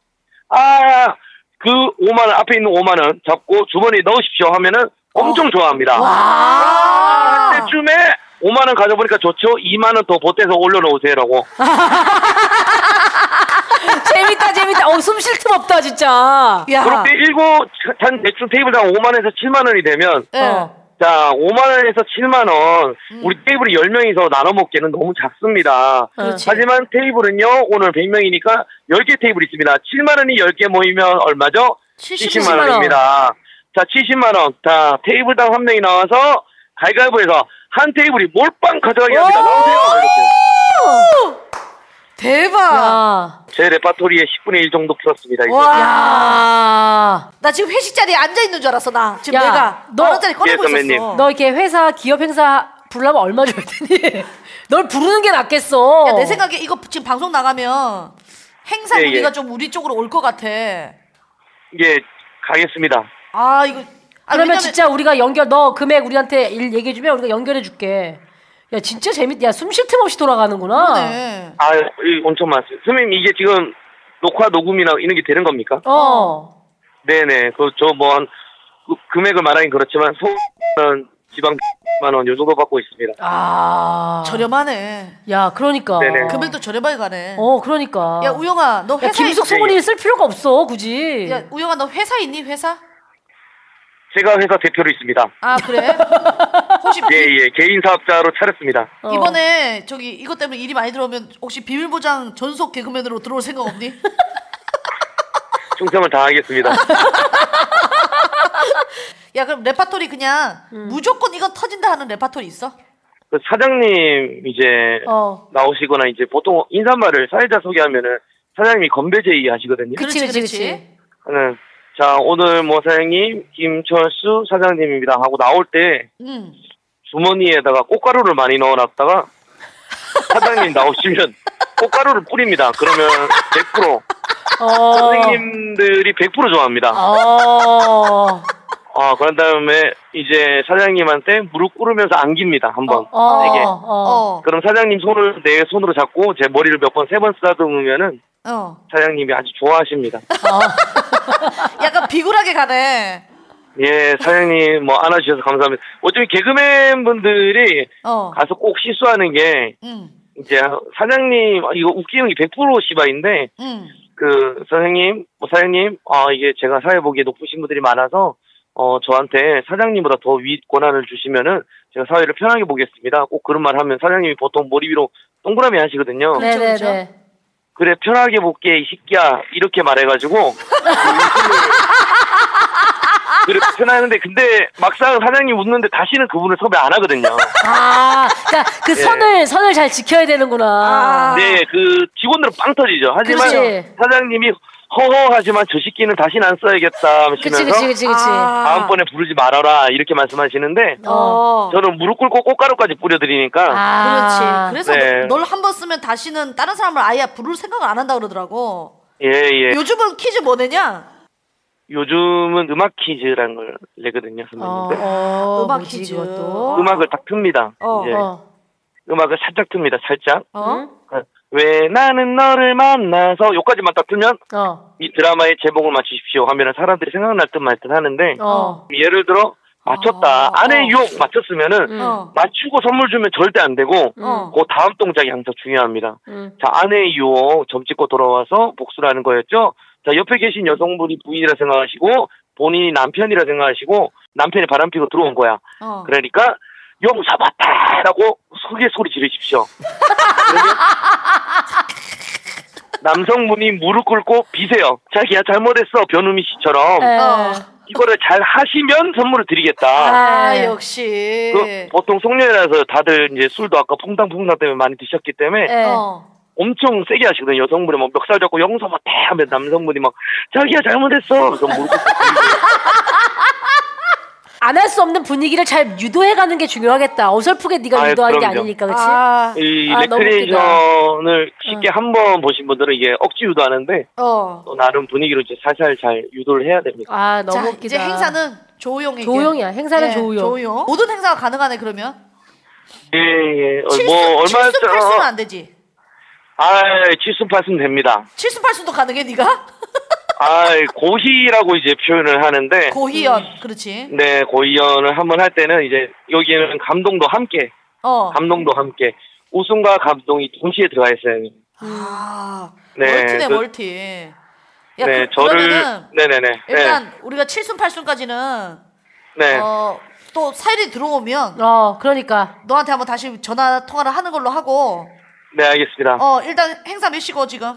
아, 그 5만 원, 앞에 있는 5만 원 잡고 주머니에 넣으십시오 하면은
어.
엄청 좋아합니다. 아, 할 때쯤에 5만 원 가져보니까 좋죠? 2만 원 더 보태서 올려놓으세요라고.
재밌다 재밌다. 어숨 쉴 틈 없다 진짜.
그렇게 일곱, 한 대충 테이블당 5만원에서 7만원이 되면,
예.
자, 5만원에서 7만원,
음.
우리 테이블이 10명이서 나눠 먹기에는 너무 작습니다.
그렇지.
하지만 테이블은요, 오늘 100명이니까 10개 테이블 있습니다. 7만원이 10개 모이면 얼마죠?
70만
70만 원입니다. 자, 70만 원. 자, 테이블당 한 명이 나와서 가위가위보에서 한 테이블이 몰빵 가져가게 합니다. 나오세요.
대박.
제 레파토리의 10분의 1 정도 풀었습니다. 이제.
아.
와. 나 지금 회식 자리에 앉아 있는 줄 알았어 나. 지금
야,
내가
너-
만 원짜리 꺼내고
예, 선배님.
있었어.
너 이렇게 회사 기업 행사 부르려면 얼마 줘야 되니? 널 부르는 게 낫겠어.
야, 내 생각에 이거 지금 방송 나가면 행사
예,
분위기가
예.
좀 우리 쪽으로 올 것 같아.
예, 가겠습니다.
아 이거 아,
그러면
왜냐면-
진짜 우리가 연결 너 금액 우리한테 일 얘기해 주면 우리가 연결해 줄게. 야 진짜 재밌다. 야 숨 쉴 틈 없이 돌아가는구나.
네.
아, 이- 엄청 많습니다. 선생님, 이게 지금 녹화 녹음이나 이런 게 되는 겁니까?
어.
네네. 그, 저 뭐, 한, 그 금액을 말하긴 그렇지만, 서울은 지방 만원, 요 정도 받고 있습니다.
아.
저렴하네.
야 그러니까.
네네.
금액도 저렴하게 가네.
어 그러니까.
야 우영아 너
야,
회사
김숙 소문이 쓸 필요가 없어 굳이.
야 우영아 너 회사 있니 회사?
제가 회사 대표로 있습니다.
아 그래?
예, 예. 개인 사업자로 차렸습니다.
이번에 저기 이것 때문에 일이 많이 들어오면 혹시 비밀보장 전속 개그맨으로 들어올 생각 없니?
충성을 다하겠습니다.
야 그럼 레파토리 그냥 무조건 이건 터진다 하는 레파토리 있어?
그 사장님, 이제,
어.
나오시거나, 이제 보통 인사말을 사회자 소개하면은, 사장님이 건배제의 하시거든요.
그렇지 그렇지 그렇지.
네. 자, 오늘 뭐 사장님, 김철수 사장님입니다. 하고 나올 때,
응.
주머니에다가 꽃가루를 많이 넣어놨다가 사장님 나오시면 꽃가루를 뿌립니다. 그러면 100% 선생님들이 100% 좋아합니다.
어.
어, 그런 다음에 이제 사장님한테 무릎 꿇으면서 안깁니다. 한번
어.
되게.
어.
그럼 사장님 손을 내 손으로 잡고 제 머리를 몇 번 세 번 쓰다듬으면은
어.
사장님이 아주 좋아하십니다.
약간 비굴하게 가네.
예, 사장님 뭐 안아주셔서 감사합니다. 어차피 개그맨 분들이
어.
가서 꼭 실수하는 게
응.
이제 사장님 아, 이거 웃기는 게 100% 시바인데
응.
그 선생님 뭐 사장님 아 이게 제가 사회 보기에 높으신 분들이 많아서 어 저한테 사장님보다 더 위 권한을 주시면은 제가 사회를 편하게 보겠습니다. 꼭 그런 말 하면 사장님이 보통 머리 위로 동그라미 하시거든요.
그렇죠,
네네네.
그래 편하게 볼게 이 새끼야 이렇게 말해가지고 그래 편하는데 근데 막상 사장님 웃는데 다시는 그분을 섭외 안 하거든요.
아, 그러니까 그
예.
선을 선을 잘 지켜야 되는구나.
네, 그 직원들은 빵 터지죠. 하지만
아. 그렇지.
사장님이 허허 하지만 저 시끼는 다시는 안 써야겠다 하시면서
그치, 그치, 그치, 그치. 아.
다음번에 부르지 말아라 이렇게 말씀하시는데
어. 아.
저는 무릎 꿇고 꽃가루까지 뿌려드리니까
그렇지. 그래서
네.
널 한 번 쓰면 다시는 다른 사람을 아예 부를 생각을 안 한다 그러더라고.
예예
요즘은 퀴즈 뭐 내냐?
요즘은 음악 퀴즈라는 걸 내거든요 선배님들
아,
어,
음악 퀴즈. 또?
음악을 딱 틉니다
어,
이제
어.
음악을 살짝 틉니다 살짝 아,
어?
왜 나는 너를 만나서 요까지만 딱 틀면
어.
이 드라마의 제목을 맞추십시오 하면은 사람들이 생각날 듯 말 듯 하는데
어.
예를 들어 맞췄다 아내 유혹 맞췄으면은
어.
맞추고 선물 주면 절대 안 되고
어.
그 다음 동작이 항상 중요합니다.
음.
자 아내의 유혹 점 찍고 돌아와서 복수라는 거였죠. 자 옆에 계신 여성분이 부인이라 생각하시고 본인이 남편이라 생각하시고 남편이 바람 피고 들어온 거야.
어.
그러니까 용 잡았다라고 소개 소리 지르십시오. 그러면 남성분이 무릎 꿇고 비세요. 자기야 잘못했어 변우미 씨처럼.
예.
이거를 잘 하시면 선물을 드리겠다.
아, 네. 역시.
그
뭐?
보통 송년회라서 다들 이제 술도 아까 퐁당퐁당 때문에 많이 드셨기 때문에
예. 어.
엄청 세게 하시거든요. 여성분이 막 멱살 잡고 영서 막대 하면 남성분이 막 자기야 잘못했어. 그래서 뭐 모르고
안 할 수 없는 분위기를 잘 유도해가는 게 중요하겠다. 어설프게 네가
아유,
유도하는 게
그럼요.
아니니까, 그렇지?
이
아, 너무
레크레이션을 쉽게 한 번 보신 분들은 이게 억지 유도하는데
어.
또 나름 분위기로 이제 살살 잘 유도를 해야 됩니다.
아 너무
자,
웃기다.
이제 행사는 조용히. 예,
조용이야. 행사는 조용.
모든 행사가 가능하네 그러면.
예, 예. 어,
아, 네. 칠순,
뭐 얼마
칠순 팔순은 안 되지.
아, 칠순 팔순 됩니다.
칠순 팔순도 가능해 네가?
아, 고희라고 이제 표현을 하는데
고희연. 그렇지.
네, 고희연을 한번 할 때는 이제 여기에는 감동도 함께
어.
감동도 함께 웃음과 감동이 동시에 들어가 있어야 됩니다.
아.
네,
멀티네
그-
멀티. 야,
네,
그,
저를
그러면은
네네네.
일단 우리가 칠순 팔순까지는
네.
어, 또 사일이 들어오면
어, 그러니까
너한테 한번 다시 전화 통화를 하는 걸로 하고
네, 알겠습니다.
어, 일단 행사 몇 시고 지금?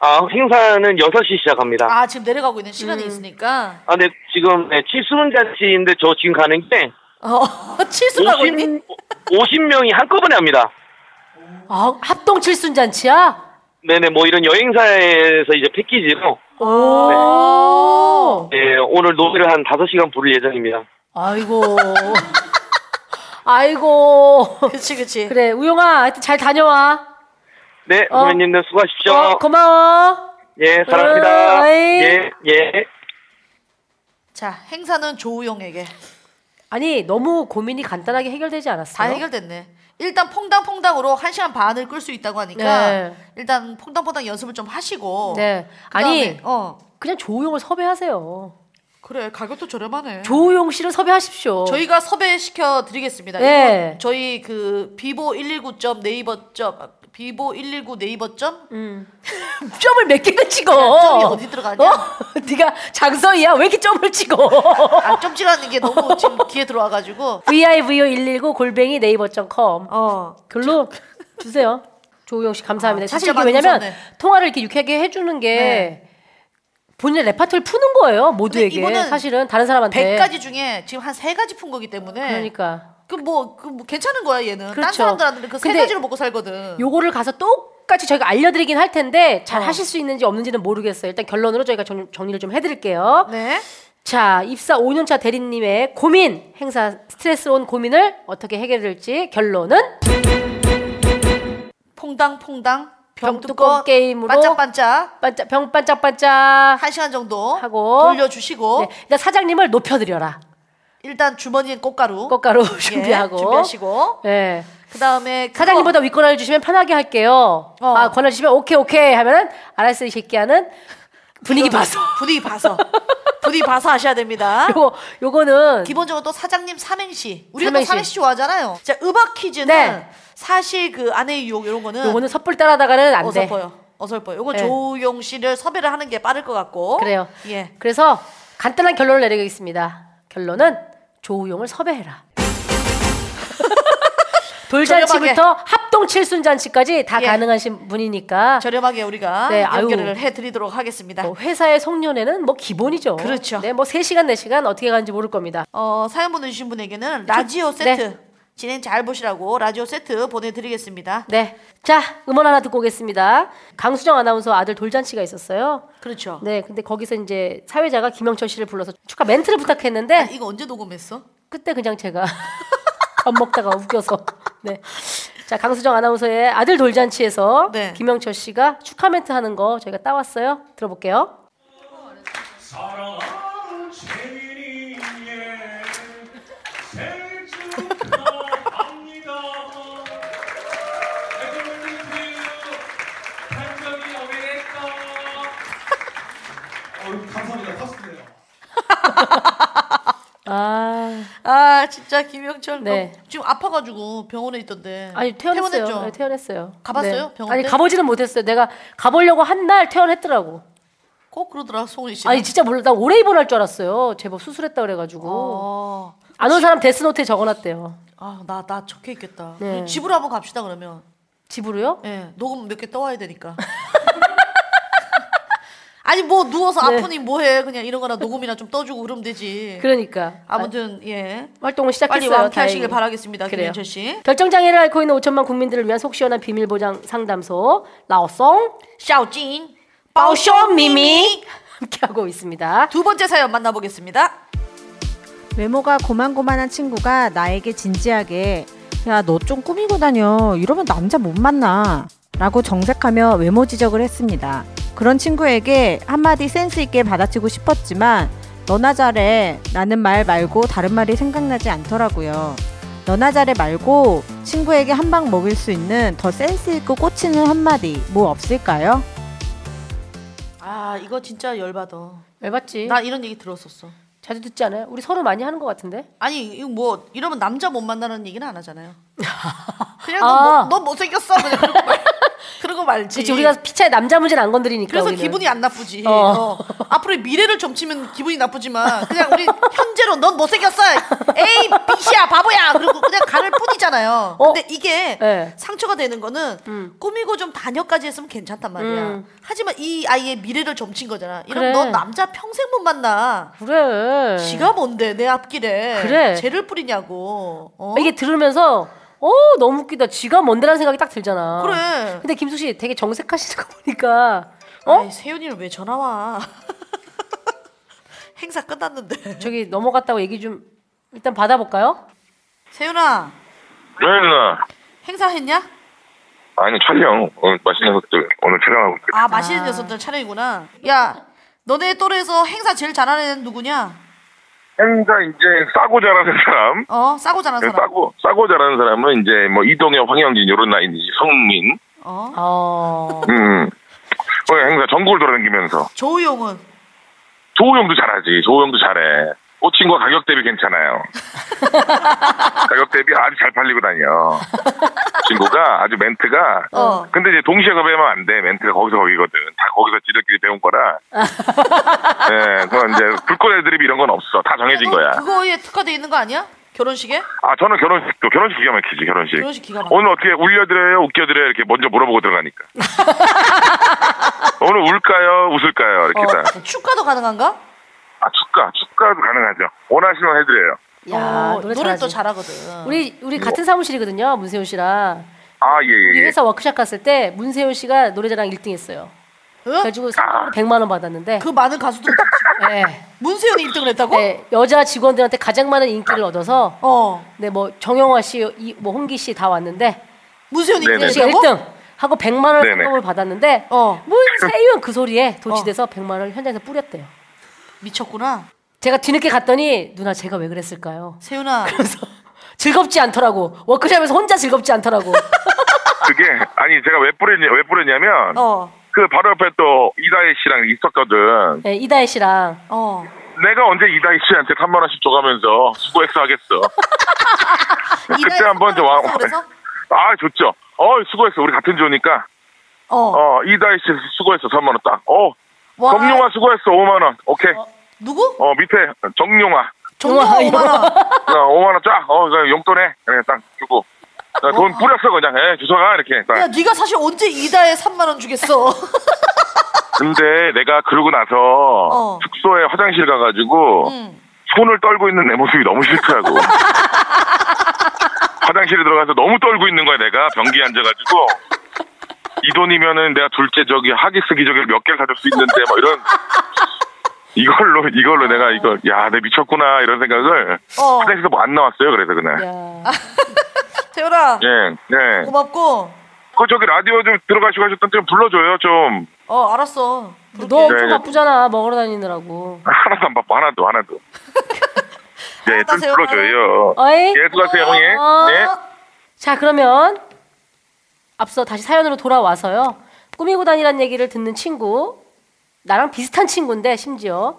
아, 행사는 6시 시작합니다.
아, 지금 내려가고 있는 시간이
음.
있으니까.
아, 네, 지금 네, 칠순 잔치인데 저 지금 가는 게
어, 칠순하고
오십-
있니?
50명이 한꺼번에 합니다.
아, 합동 칠순 잔치야?
네네, 뭐 이런 여행사에서 이제 패키지로
오.
예, 오늘 노래를 한 5시간 부를 예정입니다.
아이고. 아이고.
그치 그치.
그래 우영아 하여튼 잘 다녀와.
네,
어.
선배님들 수고하십시오.
어, 고마워.
예, 사랑합니다.
어이.
예, 예.
자, 행사는 조우용에게.
아니 너무 고민이 간단하게 해결되지 않았어요?
다 해결됐네. 일단 퐁당퐁당으로 1시간 반을 끌 수 있다고 하니까
네.
일단 퐁당퐁당 연습을 좀 하시고
네.
그다음에,
아니,
어.
그냥 조우용을 섭외하세요.
그래 가격도 저렴하네.
조우용 씨를 섭외하십시오.
저희가 섭외시켜 드리겠습니다.
네.
이거 저희 그 비보 119점 네이버 점 비보 119 네이버 점
음. 점을 몇 개나 찍어?
네, 점이 어디 들어가냐?
어? 네가 장서희야? 왜 이렇게 점을 찍어?
아, 점치라는 게 너무 지금 귀에 들어와가지고
vivo119 골뱅이 네이버.com
어
글로 주세요. 조우영 씨 감사합니다.
아,
사실
진짜
이게
많이
왜냐면
웃었네.
통화를 이렇게 유쾌하게 해주는 게
네.
본인의 레파토리 푸는 거예요. 모두에게
이거는
사실은 다른 사람한테
100가지 중에 지금 한 세 가지 푼 거기 때문에
네. 그러니까
그뭐 그 뭐 괜찮은 거야 얘는. 딴
그렇죠.
사람들한테는 그 세
근데
가지로 먹고 살거든.
요거를 가서 똑같이 저희가 알려드리긴 할 텐데 잘 하실 수 있는지 없는지는 모르겠어요. 일단 결론으로 저희가 정, 정리를 좀 해드릴게요.
네.
자, 입사 5년차 대리님의 고민, 행사 스트레스 온 고민을 어떻게 해결될지 결론은
퐁당퐁당
병뚜껑
병뚜껑
게임으로
반짝반짝
반짝 병 반짝반짝
한 시간 정도
하고
돌려주시고
네, 일단 사장님을 높여드려라.
일단 주머니엔 꽃가루
꽃가루
예,
준비하고.
준비하시고
네.
그다음에 그거-
사장님보다 윗권을 주시면 편하게 할게요.
어.
아, 권을 주시면 오케이 오케이 하면은 알았어 이 새끼야는 분위기
그거-
봐서.
분위기 봐서 분위기 봐서 하셔야 됩니다.
요거 요거는
기본적으로 또 사장님 삼행시 우리가
삼행시.
또 삼행시 좋아하잖아요. 자 음악 퀴즈는
네.
사실 그 아내의 유혹 이런 거는
요거는 섣불 따라다가는 안 돼.
어설퍼요. 어설퍼요. 요건
네.
조용 씨를 섭외를 하는 게 빠를 것 같고
그래요.
예.
그래서 간단한 결론을 내리겠습니다. 결론은 조우용을 섭외해라. 돌잔치부터 합동 칠순 잔치까지 다
예.
가능하신 분이니까
저렴하게 우리가
네, 아유.
연결을 해드리도록 하겠습니다.
뭐 회사의 송년회는 뭐 기본이죠.
그렇죠.
네, 뭐 3시간 4시간 어떻게 가는지 모를 겁니다.
어, 사연 보내주신 분에게는 라디오
네.
세트 진행 잘 보시라고 라디오 세트 보내드리겠습니다.
네. 자, 음원 하나 듣고 오겠습니다. 강수정 아나운서 아들 돌잔치가 있었어요.
그렇죠.
네, 근데 거기서 이제 사회자가 김영철 씨를 불러서 축하 멘트를 부탁했는데
네. 이거 언제 녹음했어?
그때 그냥 제가 밥 먹다가 웃겨서 네. 자, 강수정 아나운서의 아들 돌잔치에서
네.
김영철 씨가 축하 멘트 하는 거 저희가 따왔어요. 들어볼게요.
네.
네.
아,
아 진짜 김영철
네.
너 지금 아파가지고 병원에 있던데.
아니 퇴원했어요.
퇴원했죠?
네, 퇴원했어요. 네.
가봤어요? 병원에?
아니 가보지는 못했어요. 내가 가보려고 한 날 퇴원했더라고.
꼭 그러더라 송은 씨.
아니 진짜 몰라. 나 오래 입원할 줄 알았어요. 제법 수술했다 그래가지고
아,
안 온 사람 데스노트에 적어놨대요.
아나나 적혀 있겠다.
네.
집으로 한번 갑시다 그러면.
집으로요?
예 녹음 몇 개 떠와야 되니까. 아니 뭐 누워서
네.
아프니 뭐해 그냥 이런 거나 녹음이나 좀 떠주고 그러면 되지.
그러니까
아무튼 예.
활동을 시작했어요.
빨리 완쾌하시길
다행히.
바라겠습니다.
그래요.
김현철 씨.
결정 장애를 앓고 있는 5천만 국민들을 위한 속 시원한 비밀 보장 상담소 라오송
샤오징
바오쇼 미미 함께하고 있습니다.
두 번째 사연 만나보겠습니다.
외모가 고만고만한 친구가 나에게 진지하게 야 너 좀 꾸미고 다녀 이러면 남자 못 만나 라고 정색하며 외모 지적을 했습니다. 그런 친구에게 한마디 센스 있게 받아치고 싶었지만 너나 잘해 라는 말 말고 다른 말이 생각나지 않더라고요. 너나 잘해 말고 친구에게 한 방 먹일 수 있는 더 센스 있고 꽂히는 한마디 뭐 없을까요?
아 이거 진짜 열받아.
열받지.
나 이런 얘기 들었었어.
자주 듣지 않아요? 우리 서로 많이 하는 것 같은데?
아니 이거 뭐 이러면 남자 못 만나는 얘기는 안 하잖아요. 그냥
아.
너, 뭐- 너 못생겼어 그냥 그러고, 말, 그러고 말지.
그치 우리가 피차에 남자 문제는 안 건드리니까.
그래서
우리는.
기분이 안 나쁘지.
어.
어. 앞으로의 미래를 점치면 기분이 나쁘지만 그냥 우리 현재로 넌 못생겼어. 에이 비시야 바보야. 그리고 그냥 가를 뿐이잖아요. 근데 이게
어. 네.
상처가 되는 거는 꾸미고 좀 다녀까지 했으면 괜찮단 말이야.
음.
하지만 이 아이의 미래를 점친 거잖아.
그래.
이런 너 남자 평생 못 만나.
그래.
지가 뭔데 내 앞길에
그래. 아,
죄를 뿌리냐고. 어?
이게 들으면서 어 너무 웃기다. 지가 뭔데라는 생각이 딱 들잖아.
그래.
근데 김숙 씨 되게 정색하시는 거 보니까 어?
아이, 세윤이는 왜 전화 와? 행사 끝났는데.
저기 넘어갔다고 얘기 좀 일단 받아볼까요?
세윤아
네, 누나.
행사 했냐?
아니, 촬영. 오늘 맛있는 것들 오늘 촬영하고. 있어요.
아 맛있는 녀석들 촬영이구나. 야 너네 또래에서 행사 제일 잘하는 애는 누구냐?
행사 이제 싸고 잘하는 사람.
어 싸고
그
잘하는 사람.
싸고, 싸고 잘하는 사람은 이제 뭐 이동엽, 황영진, 요런 나이, 성민.
어.
음. 어, 행사 전국을 돌아다니면서.
조우용은
조우영도 잘하지. 조우영도 잘해. 호칭과 가격 대비 괜찮아요. 가격 대비 아주 잘 팔리고 다녀. 친구가 아주 멘트가.
어.
근데 이제 동시에 가면 안 돼. 멘트가 거기서 거기거든. 다 거기서 지들끼리 배운 거라. 예, 그건 이제 불꽃 애드립 이런 건 없어. 다 정해진 거야.
그거에 특화돼 있는 거 아니야? 결혼식에? 어.
아, 저는 결혼식도 결혼식 기가 막히지 결혼식.
결혼식 기가 막혀.
오늘 어떻게 울려드려요, 웃겨드려요 이렇게 먼저 물어보고 들어가니까. 오늘 울까요, 웃을까요 이렇게 다.
어, 축가도 가능한가?
아 축가, 축가도 가능하죠. 원하시면 해드려요.
야
어,
노래
노래를
잘하지.
또 잘하거든.
우리 우리 같은 사무실이거든요 문세윤 씨랑
아 예.
우리
예, 예.
회사 워크샵 갔을 때 문세윤 씨가 노래자랑 1등했어요. 그래가지고 상금으로 100만 원 받았는데
그 많은 가수들
네.
문세윤이 1등을 했다고?
어?
네 여자 직원들한테 가장 많은 인기를 얻어서 네뭐 정영화 씨뭐 홍기 씨 다 왔는데
문세윤이
네네.
1등 하고 100만 원
네네. 어.
상금을 받았는데 문세윤 그 소리에 도취돼서 100만 원을 현장에서 뿌렸대요.
미쳤구나.
제가 뒤늦게 갔더니 누나 제가 왜 그랬을까요?
세윤아.
그래서 즐겁지 않더라고. 워크숍에서 혼자 즐겁지 않더라고.
그게 아니 제가 왜 뿌렸냐 왜 뿌렸냐면
어.
그 바로 옆에 또 이다혜 씨랑 있었거든.
네, 이다혜 씨랑
어.
내가 언제 이다희 씨한테 3만 원씩 줘가면서 수고했어 하겠어. 그때 한번 좀 와. 아 좋죠. 어 수고했어. 우리 같은 조니까.
어.
이다희 씨 수고했어. 3만 원 딱. 어.
와.
정용화 수고했어. 5만 원. 오케이.
누구?
어 밑에 정용화.
정용화 5만 원.
어, 5만 원 쫙. 어 그냥 용돈에 그냥 딱 주고. 그냥 돈 뿌렸어 그냥. 에 주소가 이렇게. 딱.
야 네가 사실 언제 이다에 3만 원 주겠어?
근데 내가 그러고 나서
어.
숙소에 화장실 가가지고 손을 떨고 있는 내 모습이 너무 싫더라고. 화장실에 들어가서 너무 떨고 있는 거야 내가 변기에 앉아가지고 이 돈이면은 내가 둘째 저기 하기 쓰기 저기 몇 개를 사줄 수 있는데 뭐 이런 이걸로 이걸로 내가 이거 야 내 미쳤구나 이런 생각을
어.
화장실에서 뭐 안 나왔어요 그래서 그날
세윤아
예예
고맙고
그 저기 라디오 좀 들어가시고 하셨던 좀 불러줘요 좀
어 알았어.
너 엄청
네, 네.
바쁘잖아 먹으러 다니느라고.
하나도 안 바빠 하나도 하나도 예, 좀
하세요.
불러줘요.
어이?
예, 수고하세요, 형님.
어.
네.
자 그러면 앞서 다시 사연으로 돌아와서요. 꾸미고 다니란 얘기를 듣는 친구 나랑 비슷한 친구인데 심지어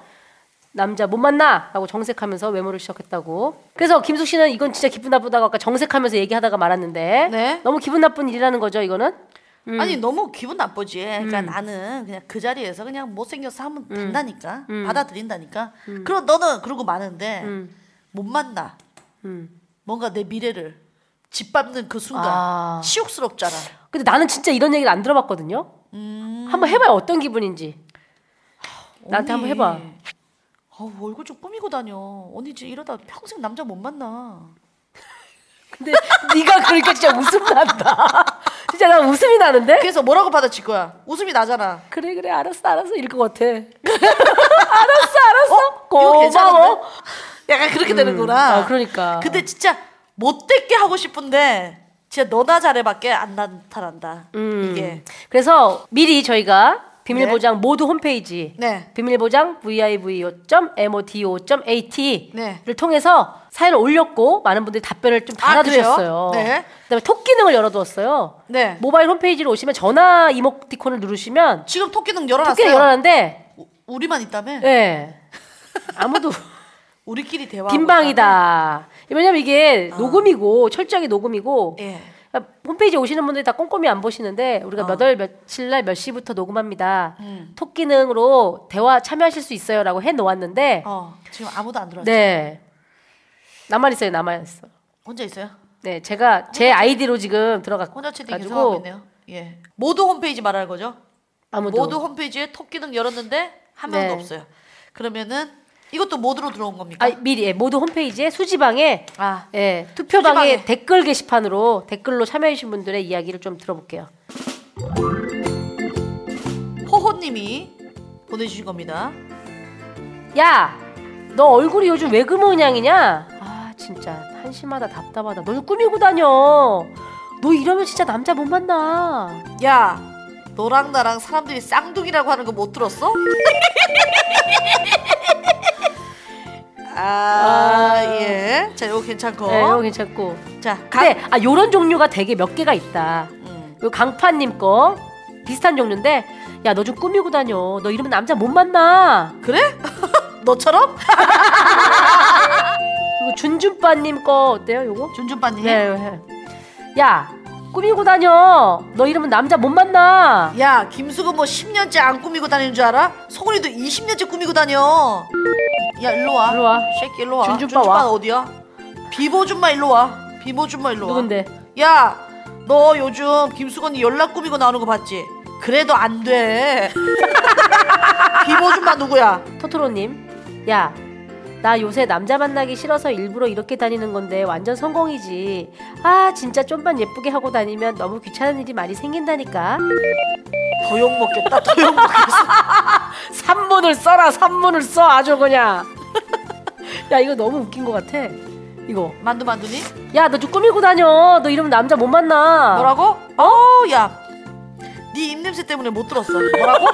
남자 못 만나라고 정색하면서 외모를 지적했다고. 그래서 김숙 씨는 이건 진짜 기분 나쁘다고 아까 정색하면서 얘기하다가 말았는데 너무 기분 나쁜 일이라는 거죠 이거는? 음.
아니 너무 기분 나쁘지. 그러니까 나는 그냥 그 자리에서 그냥 못생겨서 하면 된다니까
음.
받아들인다니까.
음.
그럼 너는 그러고 마는데 못 만나.
음.
뭔가 내 미래를 짓밟는 그 순간
아.
치욕스럽잖아.
근데 나는 진짜 이런 얘기를 안 들어봤거든요. 한번 해봐요 어떤 기분인지. 나한테
언니.
한번 해봐.
어우 얼굴 좀 꾸미고 다녀. 언니 진짜 이러다 평생 남자 못 만나.
근데 네가 그러니까 진짜 웃음 난다. 진짜 나 웃음이 나는데?
그래서 뭐라고 받아칠 거야? 웃음이 나잖아.
그래 그래 알았어 알았어 이럴 것 같아. 알았어 알았어.
이거
고마워.
괜찮은데? 약간 그렇게 되는구나.
아, 그러니까.
근데 진짜 못됐게 하고 싶은데 진짜 너나 잘해밖에 안 나타난다.
음.
이게.
그래서 미리 저희가 비밀보장 모두 홈페이지 비밀보장 vivo.modo.at 를 통해서 사연을 올렸고 많은 분들이 답변을 좀 네. 달아주셨어요.
아, 그래요? 네.
그다음에 톡 기능을 열어두었어요.
네.
모바일 홈페이지로 오시면 전화 이모티콘을 누르시면
지금 톡 기능 열어놨어요.
톡 기능 열어놨는데
우리만 있다며?
아, 네. 아무도
우리끼리 대화.
빈방이다.
네.
왜냐면
아.
이게 녹음이고 철저하게 녹음이고
예.
그러니까 홈페이지 오시는 분들이 다 꼼꼼히 안 보시는데 우리가 몇 월 며칠 날 몇 시부터 녹음합니다.
아. 음.
톡 기능으로 대화 참여하실 수 있어요라고 해 놓았는데
어, 지금 아무도 안 들어왔죠.
네. 나만 있어요. 나만 있어.
혼자 있어요?
네, 제가 제 아이디로 지금 들어갔
혼자 채팅 계속 하고
가지고
있네요. 예. 모두 홈페이지 말하는 거죠?
아무도.
모두 홈페이지에 톡 기능 열었는데 한 명도
네.
없어요. 그러면은 이것도 모드로 들어온 겁니까?
아, 미리 예, 모두 홈페이지에 수지방에
아,
예, 투표방에
수지방에.
댓글 게시판으로 댓글로 참여해 주신 분들의 이야기를 좀 들어볼게요.
호호님이 보내주신 겁니다.
야, 너 얼굴이 요즘 왜 그 모양이냐? 아, 진짜 한심하다 답답하다. 너 꾸미고 다녀. 너 이러면 진짜 남자 못 만나.
야, 너랑 나랑 사람들이 쌍둥이라고 하는 거 못 들었어? 아, 예. 자, 이거 괜찮고.
네, 이거 괜찮고.
자,
근데 아 요런 종류가 되게 몇 개가 있다.
음.
요 강파님 거 비슷한 종류인데, 야 너 좀 꾸미고 다녀. 너 이러면 남자 못 만나.
그래? 너처럼?
이거 준준빠님 거 어때요? 요거?
준준빠님.
네. 네. 야 꾸미고 다녀. 너 이러면 남자 못 만나.
야, 김수근 뭐 10년째 안 꾸미고 다니는 줄 알아? 소근이도 20년째 꾸미고 다녀. 야, 일로 와.
일로 와.
쉐끼 일로 와.
준준빠
준준빠는
와.
어디야? 비보 줌마 일로 와. 비보 줌마 일로 와.
누군데?
야, 너 요즘 김수건이 연락 꾸미고 나오는 거 봤지? 그래도 안 돼. 비보 줌마 누구야?
토토로님, 야, 나 요새 남자 만나기 싫어서 일부러 이렇게 다니는 건데 완전 성공이지. 아, 진짜 좀만 예쁘게 하고 다니면 너무 귀찮은 일이 많이 생긴다니까.
도용 먹겠다, 도용 먹겠어.
산문을 써라, 산문을 써, 아주 그냥. 야, 이거 너무 웃긴 것 같아. 이거.
만두 만두니?
야, 너 좀 꾸미고 다녀. 너 이러면 남자 못 만나.
뭐라고? 어, 야. 네 입냄새 때문에 못 들었어. 뭐라고?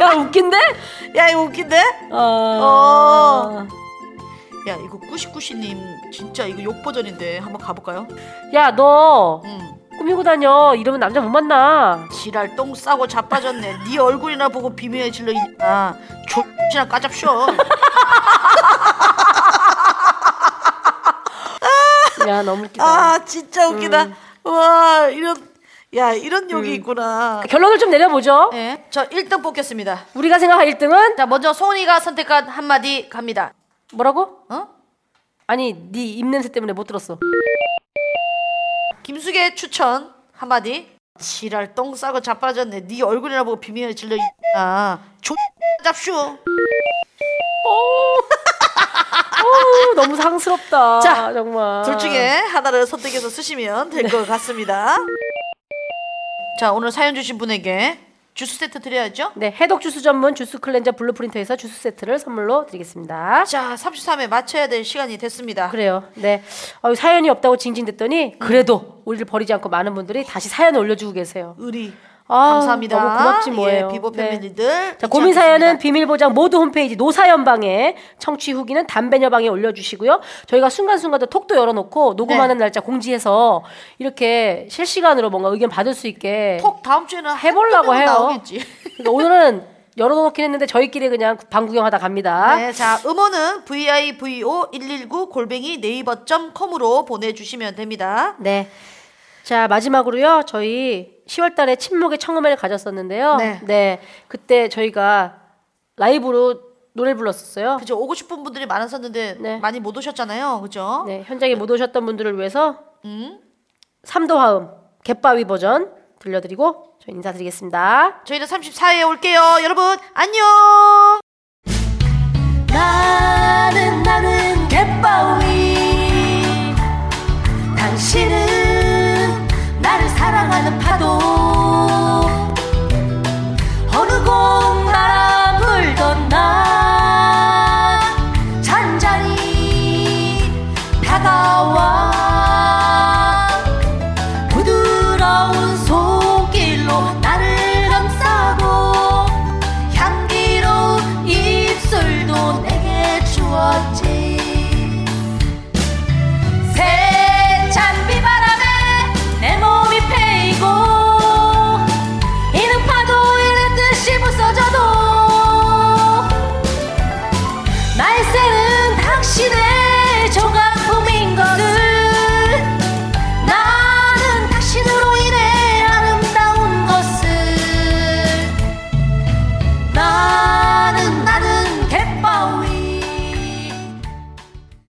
야, 웃긴데?
야, 이거 웃긴데?
어.
어. 야, 이거 꾸시꾸시님 진짜 이거 욕 버전인데 한번 가볼까요?
야, 너
응.
꾸미고 다녀. 이러면 남자 못 만나.
지랄 똥 싸고 자빠졌네. 네 얼굴이나 보고 비명에 질러 이아 족이나 까잡쇼.
야, 너무 웃기다.
아 진짜 웃기다. 와 이런 야 이런 욕이 있구나.
결론을 좀 내려보죠.
음. 네, 저 1등 뽑겠습니다.
우리가 생각한 1등은
자 먼저 소은이가 선택한 한마디 갑니다.
뭐라고?
어?
아니 네 입냄새 때문에 못 들었어.
김숙의 추천 한마디. 지랄 똥 싸고 자빠졌네. 네 얼굴이나 보고 비명에 질러 이아 족잡쇼.
어우, 너무 상스럽다.
자,
정말.
둘 중에 하나를 선택해서 쓰시면 될 것 같습니다. 자, 오늘 사연 주신 분에게 주스 세트 드려야죠.
네 해독 주스 전문 주스 클렌저 블루프린트에서 주스 세트를 선물로 드리겠습니다.
자, 33회 맞춰야 될 시간이 됐습니다.
그래요. 네 어, 사연이 없다고 징징댔더니 그래도 우리를 버리지 않고 많은 분들이 다시 사연을 올려주고 계세요.
의리
아,
감사합니다.
너무 고맙지 뭐예요.
예, 비보
네.
패밀리들.
자,
잊지
고민 사연은
않겠습니다.
비밀보장 모두 홈페이지 노사연방에 청취 후기는 담배녀방에 올려주시고요. 저희가 순간순간도 톡도 열어놓고 녹음하는 날짜 공지해서 이렇게 실시간으로 뭔가 의견 받을 수 있게
톡 다음 주에는
해보려고
한두 명은
해요.
나오겠지.
그러니까 오늘은 열어놓긴 했는데 저희끼리 그냥 방 구경하다 갑니다.
네, 자, 음원은 vivo 119 골뱅이 네이버.com으로 보내 주시면 됩니다.
네. 자 마지막으로요 저희 10월달에 침묵의 청음회를 가졌었는데요.
네.
그때 저희가 라이브로 노래 를 불렀었어요.
그죠? 오고 싶은 분들이 많았었는데
네.
많이 못 오셨잖아요. 그죠?
네, 현장에 못 오셨던 분들을 위해서
음.
삼도화음 갯바위 버전 들려드리고 저 인사드리겠습니다.
저희는 34회에 올게요. 여러분, 안녕!
나